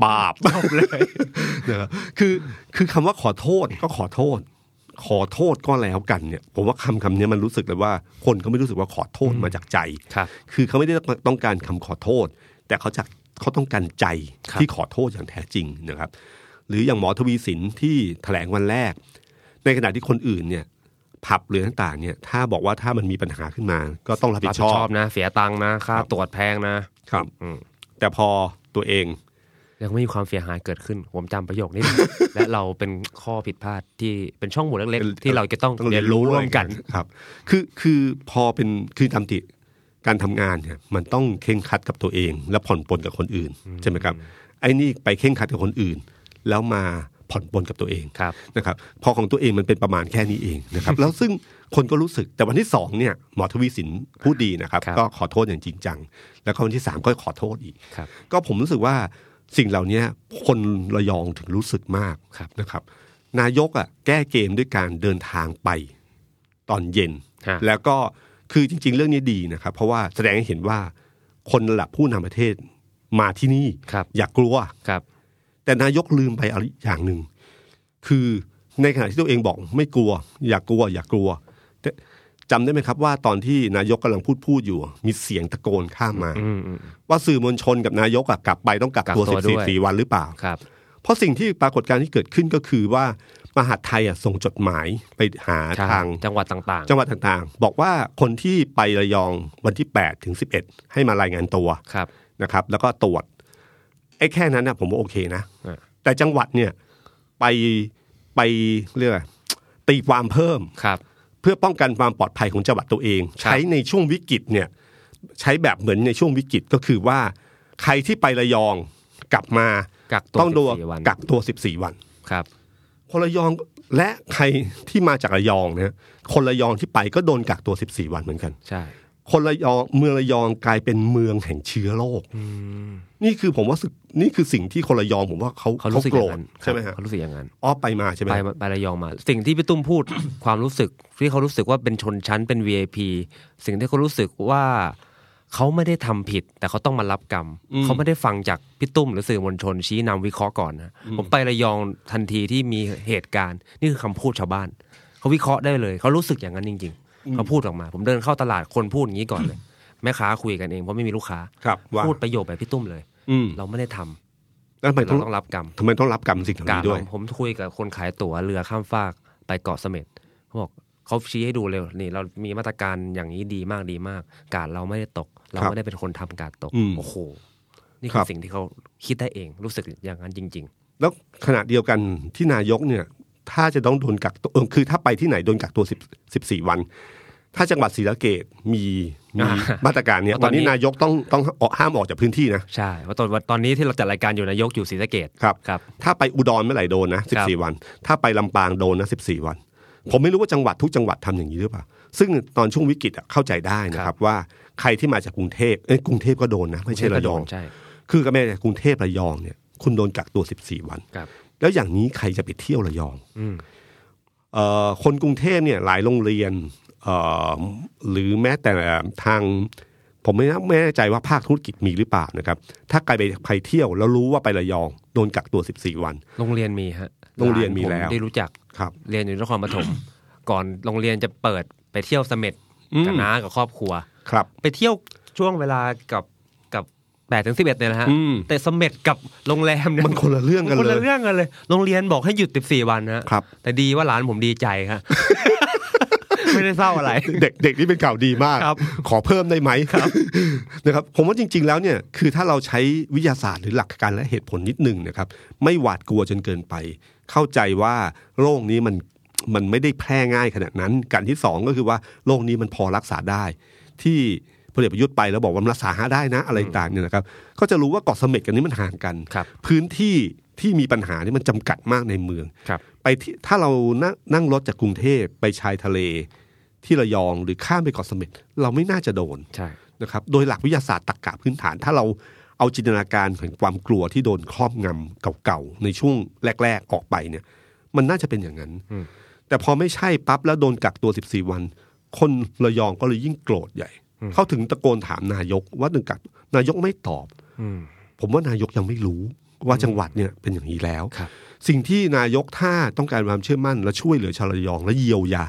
Speaker 2: บาป
Speaker 3: จบเลย
Speaker 2: นะครับคือคือคำว่าขอโทษก็ขอโทษ ขอโทษก็แล้วกันเนี่ยผมว่าคำคำเนี้ยมันรู้สึกเลยว่า คนเขาไม่รู้สึกว่าขอโทษมาจากใจ
Speaker 3: ครับ
Speaker 2: คือเขาไม่ได้ต้องการคำขอโทษ แต่เขาจะเขาต้องการใจ
Speaker 3: ครับ
Speaker 2: ที่ขอโทษอย่างแท้จริงนะครับ หรืออย่างหมอทวีสินที่แถลงวันแรก ในขณะที่คนอื่นเนี่ย ผับหรือต่างๆเนี่ยถ้าบอกว่าถ้ามันมีปัญหาขึ้นมา ก็ต้องรับ
Speaker 3: รั
Speaker 2: ผิ
Speaker 3: บ
Speaker 2: ด
Speaker 3: ผิ
Speaker 2: ช
Speaker 3: ด
Speaker 2: อ
Speaker 3: ชอ
Speaker 2: บบ
Speaker 3: นะ เสียตังค์นะค่าตรวจแพงนะครับ อืม
Speaker 2: แต่พอตัวเอง
Speaker 3: ยังไม่มีความเสียหายเกิดขึ้น ผมจำประโยคนี้ และเราเป็นข้อผิดพลาดที่เป็นช่องโหว่เล็กๆ ที่เราจะต้องเรียนรู้ร่วมกัน
Speaker 2: ครับ คือคือพอเป็นคือตามติการทำงานเนี่ยมันต้องเข่งครัดกับตัวเอง และผ่อนปลนกับคนอื่นใช่ไหมครับไอ้นี่ไปเข่งครัดกับคนอื่น แล้วมาผ่อนปลนกับตัวเอง
Speaker 3: ครับ
Speaker 2: นะครับพอของตัวเองมันเป็นประมาณแค่นี้เองนะครับ แล้วซึ่งคนก็รู้สึกแต่วันที่สองเนี่ยหมอทวีสินพูดดีนะครับ
Speaker 3: ครับ
Speaker 2: ก็ขอโทษอย่างจริงจังแล้วก็วันที่สามก็ขอโทษอีก
Speaker 3: ครับ
Speaker 2: ก็ผมรู้สึกว่าสิ่งเหล่านี้คนระยองถึงรู้สึกมาก
Speaker 3: ครับ
Speaker 2: นะครับ นายกอ่ะแก้เกมด้วยการเดินทางไป ตอนเย็น
Speaker 3: ฮะ
Speaker 2: แล้วก็คือจริง ๆ เรื่องนี้ดีนะครับ เพราะว่าแสดงให้เห็นว่าคนระดับผู้นำประเทศมาที่นี่
Speaker 3: ครับ
Speaker 2: อย่ากกลัว
Speaker 3: ครับ
Speaker 2: แต่นายกลืมไปอะไรอย่างหนึ่ง คือในขณะที่ตัวเองบอกไม่กลัว อย่ากกลัว อย่ากกลัวแต่จำได้ไหมครับว่าตอนที่นายกกำลังพูดพูดอยู่ มีเสียงตะโกนข้ามมา
Speaker 3: อืมอืม
Speaker 2: ว่าสื่อมวลชนกับนายกอะกลับไปต้องกักตัว
Speaker 3: กักตัวด้วย
Speaker 2: 14 วันหรือเปล่า
Speaker 3: ครับ
Speaker 2: เพราะสิ่งที่ปรากฏการณ์ที่เกิดขึ้นก็คือว่ามหาดไทยอะส่งจดหมายไปหาทาง
Speaker 3: จังหวัดต่าง
Speaker 2: จังหวัดต่างๆ บอกว่าคนที่ไประยองวันที่ 8 ถึง 11 ให้มารายงานตัว
Speaker 3: ๆ ครับ
Speaker 2: นะครับ แล้วก็ตรวจไอ้แค่นั้นนะผมว่าโอเคนะ
Speaker 3: อ่า
Speaker 2: แต่จังหวัดเนี่ยไปไปเรียกอะไรตีความเพิ่ม
Speaker 3: ครับ
Speaker 2: เพื่อป้องกันความปลอดภัยของจังหวัดตัวเอง ใช้ในช่วงวิกฤตเนี่ยใช้แบบเหมือนในช่วงวิกฤตก็คือว่า ใครที่ไประยองกลับมา
Speaker 3: กักตัว
Speaker 2: ต้องโดน
Speaker 3: 14วัน
Speaker 2: กักตัว 14 วัน
Speaker 3: ครับ
Speaker 2: คนระยองและใครที่มาจากระยองเนี่ยคนระยองที่ไปก็โดนกักตัว 14 วันเหมือนกัน
Speaker 3: ใช่
Speaker 2: คนระยองเมืองระยองกลายเป็นเมืองแห่งเชื้อโรคนี่คือผมว่าสึกนี่คือสิ่งที่คนระยองผมว่าเขา
Speaker 3: เขารู้สึก
Speaker 2: โก
Speaker 3: อ
Speaker 2: รธ
Speaker 3: ย่างนั้น
Speaker 2: ใช่ไหมฮะ
Speaker 3: เขารู้สึกอย่างนั้น
Speaker 2: อ้อไปมาใช่ไหม
Speaker 3: ไป
Speaker 2: ฮะ
Speaker 3: ไประยองมา สิ่งที่พี่ตุ้มพูด ความรู้สึกที่เขารู้สึกว่าเป็นชนชั้นเป็น VIP สิ่งที่เขารู้สึกว่าเขาไม่ได้ทำผิด แต่เขาต้องมารับกรรม
Speaker 2: อืม
Speaker 3: เขาไม่ได้ฟังจากพี่ตุ้มหรือสื่อมวลชนชี้นำวิเคราะห์ก่อนนะผมไประยองทันทีที่มีเหตุการณ์ นี่คือคำพูดชาวบ้านเขาวิเคราะห์ได้เลย เขารู้สึกอย่างนั้นจริง ๆเขาพูดออกมา ผมเดินเข้าตลาดคนพูดอย่างนี้ก่อนเลย แม่ค้าคุยกันเองเพราะไม่มีลูกค้า
Speaker 2: ครับว่า
Speaker 3: พูดประโยคแบบพี่ตุ้มเลย
Speaker 2: อืม
Speaker 3: เราไม่ได้ทำ
Speaker 2: แล้วทำไมต้
Speaker 3: เรา
Speaker 2: อง
Speaker 3: ต้องรับกรรม
Speaker 2: ทำไมต้องรับกรรมสิ่งเหล่า
Speaker 3: การ
Speaker 2: นี้ด้วย
Speaker 3: ผมผมคุยกับคนขายตั๋วเรือข้ามฟากไปเกาะเสม็ดเขาบอกเขาชี้ให้ดูเลยนี่ เรามีมาตรการอย่างนี้ดีมากดีมาก กาดเราไม่ได้ตก เรา
Speaker 2: ครับ
Speaker 3: ไม่ได้เป็นคนทำกาดตก
Speaker 2: อืม
Speaker 3: โอ้โหนี่
Speaker 2: ค
Speaker 3: คื
Speaker 2: รั
Speaker 3: อบ สิ่งที่เขาคิดได้เองรู้สึกอย่างนั้นจริง
Speaker 2: แล้วขณะเดียวกันที่นายกเนี่ย ถ้าจะต้องโดนกักตัวเออคือถ้าไปที่ไหนโดนกักตัว10 14 วัน ถ้าจังหวัดศรีสะเกดมีมี
Speaker 3: อ่า
Speaker 2: มาตรการเนี่ย
Speaker 3: เพ
Speaker 2: ต
Speaker 3: ราะ
Speaker 2: อ
Speaker 3: ตอน นนี้
Speaker 2: นี้นายกต้องต้องออกห้ามออกจากพื้นที่นะ
Speaker 3: ๆ ใช่เพราะตอนตอนนี้ที่เราจัดรายการอยู่นายกอยู่ศรีสะเกด
Speaker 2: ครับ
Speaker 3: ครับ
Speaker 2: ถ้าไปอุดรเมื่อไหร่โดนนะ
Speaker 3: ครับ
Speaker 2: 14 วัน ถ้าไปลำปางโดนนะ 14 วัน ผมไม่รู้ว่าจังหวัดทุกจังหวัดทำอย่างนี้หรือเปล่า ซึ่งตอนช่วงวิกฤตอะเข้าใจได้นะครับว่าใครที่มาจากกรุงเทพเอ้ยกรุงเทพก็โดนนะไม่ใช่ระยอง
Speaker 3: ใช่
Speaker 2: คือก็แม่จากกรุงเทพระยองเนี่ยคุณโดนกักตัว 14 วัน
Speaker 3: ครับ
Speaker 2: แล้วอย่างนี้ใครจะไปเที่ยวระยอง
Speaker 3: อืม
Speaker 2: เอ่อคนกรุงเทพเนี่ยหลายโรงเรียนเอ่อหรือแม้แต่ทาง ผมไม่แน่ไม่แน่ใจว่าภาคธุรกิจมีหรือเปล่านะครับ ถ้าใครไปใครเที่ยวแล้วรู้ว่าไประยอง โดนกักตัว 14 วัน
Speaker 3: โรงเรียนมีฮะ
Speaker 2: โรงเรียนมีแล้ว
Speaker 3: ผได้รู้จัก
Speaker 2: ครับ
Speaker 3: เรียนอยู่นครปฐม ก่อนโรงเรียนจะเปิดไปเที่ยวเสม็ดกับ
Speaker 2: อืม
Speaker 3: น้ากับครอบครัว
Speaker 2: ครับ
Speaker 3: ไปเที่ยวช่วงเวลากับกับแปดถึงสิบเอ็ดเนี่ยนะฮะ
Speaker 2: อืม
Speaker 3: แต่เสเม็ดกับโรงแรมเนี่ย
Speaker 2: มันคนละเรื่องกัน
Speaker 3: มันคน
Speaker 2: เล
Speaker 3: ละ
Speaker 2: ย
Speaker 3: เรื่องกันเลย โรงเรียนบอกให้หยุดสิบสี่วันฮะ
Speaker 2: ครับ
Speaker 3: แต่ดีว่าหลานผมดีใจ ครับ ไม่ได้เศร้าอะไร
Speaker 2: เด็กเด็กนี่เป็นข่าวดีมาก
Speaker 3: ครับ
Speaker 2: ขอเพิ่มได้ไหมครับ นะครับ ผมว่าจริง ๆ แล้วเนี่ยคือถ้าเราใช้วิทยาศาสตร์หรือหลักการและเหตุผลนิดหนึ่งนะครับ ไม่หวาดกลัวจนเกินไป เข้าใจว่าโรคนี้มันมันไม่ได้แพร่ง่ายขนาดนั้นการที่สองก็คือว่าโรคนี้มันพอรักษาได้ ที่พลเอกประยุทธ์ไปแล้วบอกว่ามันรักษาหาได้นะอะไรต่างๆเนี่ยนะครับ ก็จะรู้ว่าเกาะเสม็ดกันนี้มันห่างกัน
Speaker 3: ครับ
Speaker 2: พื้นที่ที่มีปัญหานี่มันจำกัดมากในเมือง
Speaker 3: ครับ
Speaker 2: ไปที่ถ้าเรานั่งนั่งรถจากกรุงเทพไปชายทะเล ที่ระยองหรือข้ามไปเกาะเสม็ดเราไม่น่าจะโดน
Speaker 3: ใช่
Speaker 2: นะครับ โดยหลักวิทยาศาสตร์ตรรกะพื้นฐาน ถ้าเราเอาจินตนาการของความกลัวที่โดนครอบงำเก่าๆในช่วงแรก ๆออกไปเนี่ย มันน่าจะเป็นอย่างนั้น
Speaker 3: อืม
Speaker 2: แต่พอไม่ใช่ปั๊บแล้วโดนกักตัว 14 วัน คนระยองก็เลยยิ่งโกรธใหญ่ เขาถึงตะโกนถามนายกว่าหนึ่งกักนายกไม่ตอบ
Speaker 3: อืม
Speaker 2: ผมว่านายกยังไม่รู้ว่าจังหวัดเนี่ยเป็นอย่างนี้แล้ว
Speaker 3: ครับ
Speaker 2: สิ่งที่นายกถ้าต้องการความเชื่อมั่นและช่วยเหลือชาวระยองและเยียวยา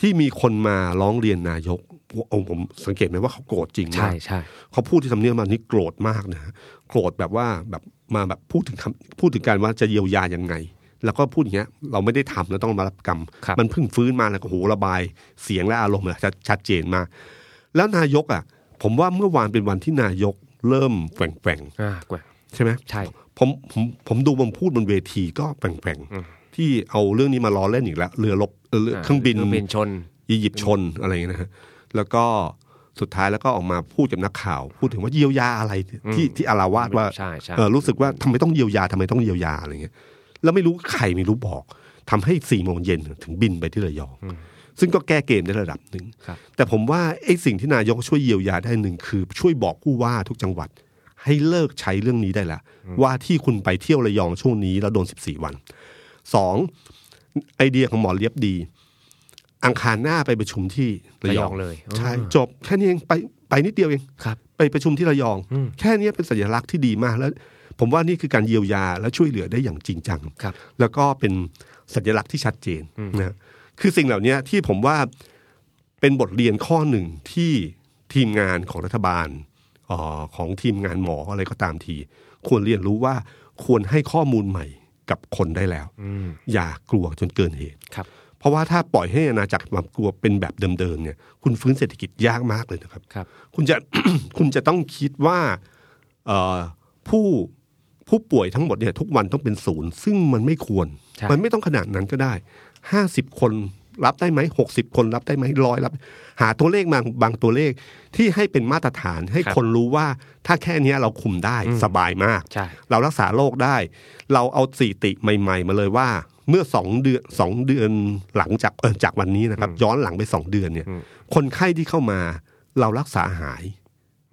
Speaker 2: ที่มีคนมาร้องเรียนนายกโอ้ผมสังเกตไหมว่าเขาโกรธจริง
Speaker 3: ใช่
Speaker 2: มาก
Speaker 3: ใช่
Speaker 2: เขาพูดที่ทำเนียบมานี่โกรธมากนะฮะโกรธแบบว่าแบบมาแบบพูดถึงคำพูดถึงการว่าจะเยียวยายังไง แล้วก็พูดอย่างเงี้ยเราไม่ได้ทำแล้วต้องมารับกรรม
Speaker 3: ครับ
Speaker 2: มันเพิ่งฟื้นมาแล้วก็โหระบาย เสียงและอารมณ์อะชัดชัดเจนมาก แล้วนายกอ่ะ ผมว่าเมื่อวานเป็นวันที่นายกเริ่มแกว่ง
Speaker 3: อ่ากว่า
Speaker 2: ๆใช่ไหม
Speaker 3: ใช่
Speaker 2: ผมผมผมดูมันพูดบนเวทีก็แปลง
Speaker 3: อืม
Speaker 2: ๆที่เอาเรื่องนี้มาล้อเล่นอีกแล้ว เรือรบเอ่อเรือเครื่องบิน
Speaker 3: เครื่องบินชน
Speaker 2: อียิปต์ชนอะไรอย่างเงี้ยนะฮะแล้วก็สุดท้ายแล้วก็ออกมาพูดกับนักข่าว พูดถึงว่าเยียวยาอะไรที่ที่อาราวาสว่า
Speaker 3: ใช่ใช่
Speaker 2: เออรู้สึกว่าทำไมต้องเยียวยาทำไมต้องเยียวยาอะไรเงี้ยแล้วไม่รู้ใครไม่รู้บอกทำให้สี่โมงเย็นถึงบินไปที่ระยองซึ่งก็แก้เกมได้ระดับหนึ่ง
Speaker 3: ครับ
Speaker 2: แต่ผมว่าไอ้สิ่งที่นายกช่วยเยียวยาได้หนึ่งคือ ช่วยบอกผู้ว่าทุกจังหวัด ให้เลิกใช้เรื่องนี้ได้ละว่าที่คุณไปเที่ยวระยองช่วงนี้แล้วโดน 14 วันสองไอเดียของหมอเลียบดี อังคารหน้าไปประชุมที่ระยอง
Speaker 3: ระยองเลย
Speaker 2: ใช่
Speaker 3: อ่า
Speaker 2: จบแค่นี้เองไปไปนิดเดียวเอง
Speaker 3: ครับ
Speaker 2: ไปประชุมที่ระยอง
Speaker 3: อืม
Speaker 2: แค่นี้เป็นสัญลักษณ์ที่ดีมากแล้ว ผมว่านี่คือการเยียวยาและช่วยเหลือได้อย่างจริงจัง
Speaker 3: ครับ
Speaker 2: แล้วก็เป็นสัญลักษณ์ที่ชัดเจนนะคือสิ่งเหล่านี้ที่ผมว่าเป็นบทเรียนข้อหนึ่งที่ทีมงานของรัฐบาลเออของทีมงานหมออะไรก็ตามที ควรเรียนรู้ว่าควรให้ข้อมูลใหม่กับคนได้แล้ว
Speaker 3: อืม
Speaker 2: อย่ากลัวจนเกินเหตุ
Speaker 3: ครับ
Speaker 2: เพราะว่าถ้าปล่อยให้อาณาจักรความกลัวเป็นแบบเดิมๆเนี่ย คุณฟื้นเศรษฐกิจยากมากเลยนะครับ
Speaker 3: ครับ
Speaker 2: คุณจะ คุณจะต้องคิดว่าเอ่อผู้ผู้ป่วยทั้งหมดเนี่ยทุกวันต้องเป็นศูนย์ ซึ่งมันไม่ควร
Speaker 3: ใช่
Speaker 2: มันไม่ต้องขนาดนั้นก็ได้ห้าสิบคนรับได้ไหมหกสิบคนรับได้ไหมร้อยรับ หาตัวเลขมาบางตัวเลขที่ให้เป็นมาตรฐานให้คนรู้ว่าถ้าแค่เนี้ยเราคุมได้สบายมาก
Speaker 3: ใช่
Speaker 2: เรารักษาโรคได้ เราเอาสถิติใหม่ ๆ มาเลยว่า เมื่อสองเดือนสองเดือนหลังจากเอ่อจากวันนี้นะครับ ย้อนหลังไปสองเดือนเนี่ย
Speaker 3: อืม
Speaker 2: คนไข้ที่เข้ามาเรารักษาหาย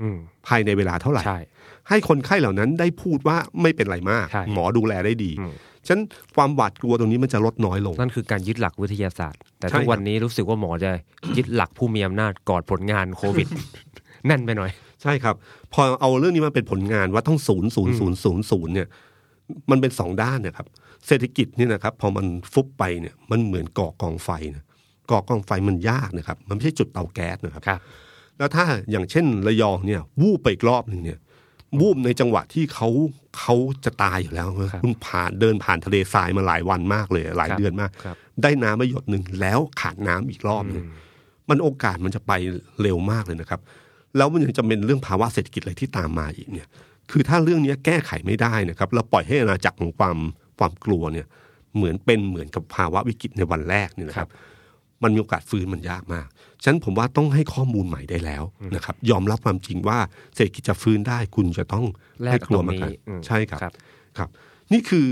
Speaker 3: อืม
Speaker 2: ภายในเวลาเท่าไหร่
Speaker 3: ใช่
Speaker 2: ให้คนไข้เหล่านั้นได้พูดว่าไม่เป็นไรมาก
Speaker 3: ใช่
Speaker 2: หมอดูแลได้ดี
Speaker 3: อืม
Speaker 2: ฉะนันความหวาดกลัวตรงนี้มันจะลดน้อยลง
Speaker 3: นั่นคือการยึดหลักวิทยาศาสตร์ แต่ทุ
Speaker 2: ใช่ค
Speaker 3: ก
Speaker 2: รับ
Speaker 3: วันนี้รู้สึกว่าหมอจะยึดหลักผู้มีอำนาจกอดผลงานโค วิด แน่นไปหน่อย
Speaker 2: ใช่ครับ พอเอาเรื่องนี้มาเป็นผลงานว่าต้องศูนย์ศูนย์ศูนย์ศูนย์ศูนย์เนี่ยมันเป็นสองด้านเนะครับ เศรษฐกิจเนี่ยนะครับ พอมันฟุบไปเนี่ยมันเหมือนก่อกองไฟนะก่อกองไฟมันยากนะครับ มันไม่ใช่จุดเตาแก๊สนะครับ
Speaker 3: ครับ
Speaker 2: แล้วถ้าอย่างเช่นระยองเนี่ย วูบไปอีกรอบหนึ่งเนี่ย วูบในจังหวะที่เขาเขาจะตายอยู่แล้วนะครับ คุณผ่านเดินผ่านทะเลทรายมาหลายวันมากเลย หลาย
Speaker 3: ครับ
Speaker 2: เดือนมาก
Speaker 3: ครับ
Speaker 2: ได้น้ำมาหยดหนึ่งแล้วขาดน้ำอีกรอบหนึงมันโอกาสมันจะไปเร็วมากเลยนะครับ แล้วมันยังจะเป็นเรื่องภาวะเศรษฐกิจอะไรที่ตามมาอีกเนี่ย คือถ้าเรื่องนี้แก้ไขไม่ได้นะครับ แล้วปล่อยให้อาณาจักรของความความกลัวเนี่ย เหมือนเป็นเหมือนกับภาวะวิกฤตในวันแรกเนี่ยนะครับ มันมีโอกาสฟื้นมันยากมาก ฉะนั้นผมว่าต้องให้ข้อมูลใหม่ได้แล้วนะครับ ยอมรับความจริงว่าเศรษฐกิจจะฟื้นได้คุณจะต้อง
Speaker 3: แลก
Speaker 2: ไม่
Speaker 3: กับ
Speaker 2: กลัว
Speaker 3: ตรง
Speaker 2: มา
Speaker 3: นี้
Speaker 2: กัน
Speaker 3: อืม
Speaker 2: ใช่ครับ
Speaker 3: ครับ
Speaker 2: ครับ นี่คือ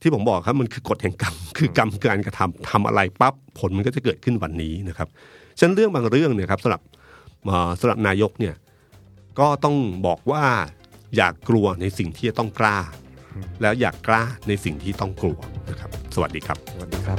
Speaker 2: ที่ผมบอกครับมันคือกฎแห่งกรรม คือกรรมคือการกระทำทำอะไรปั๊บผลมันก็จะเกิดขึ้นวันนี้นะครับ ฉะนั้นเรื่องบางเรื่องเนี่ยครับสำหรับเอ่อสำหรับนายกเนี่ย ก็ต้องบอกว่าอย่ากกลัวในสิ่งที่จะต้องกล้า แล้วอย่ากกล้าในสิ่งที่ต้องกลัวนะครับ สวัสดีครับ
Speaker 3: สวัสดีครับ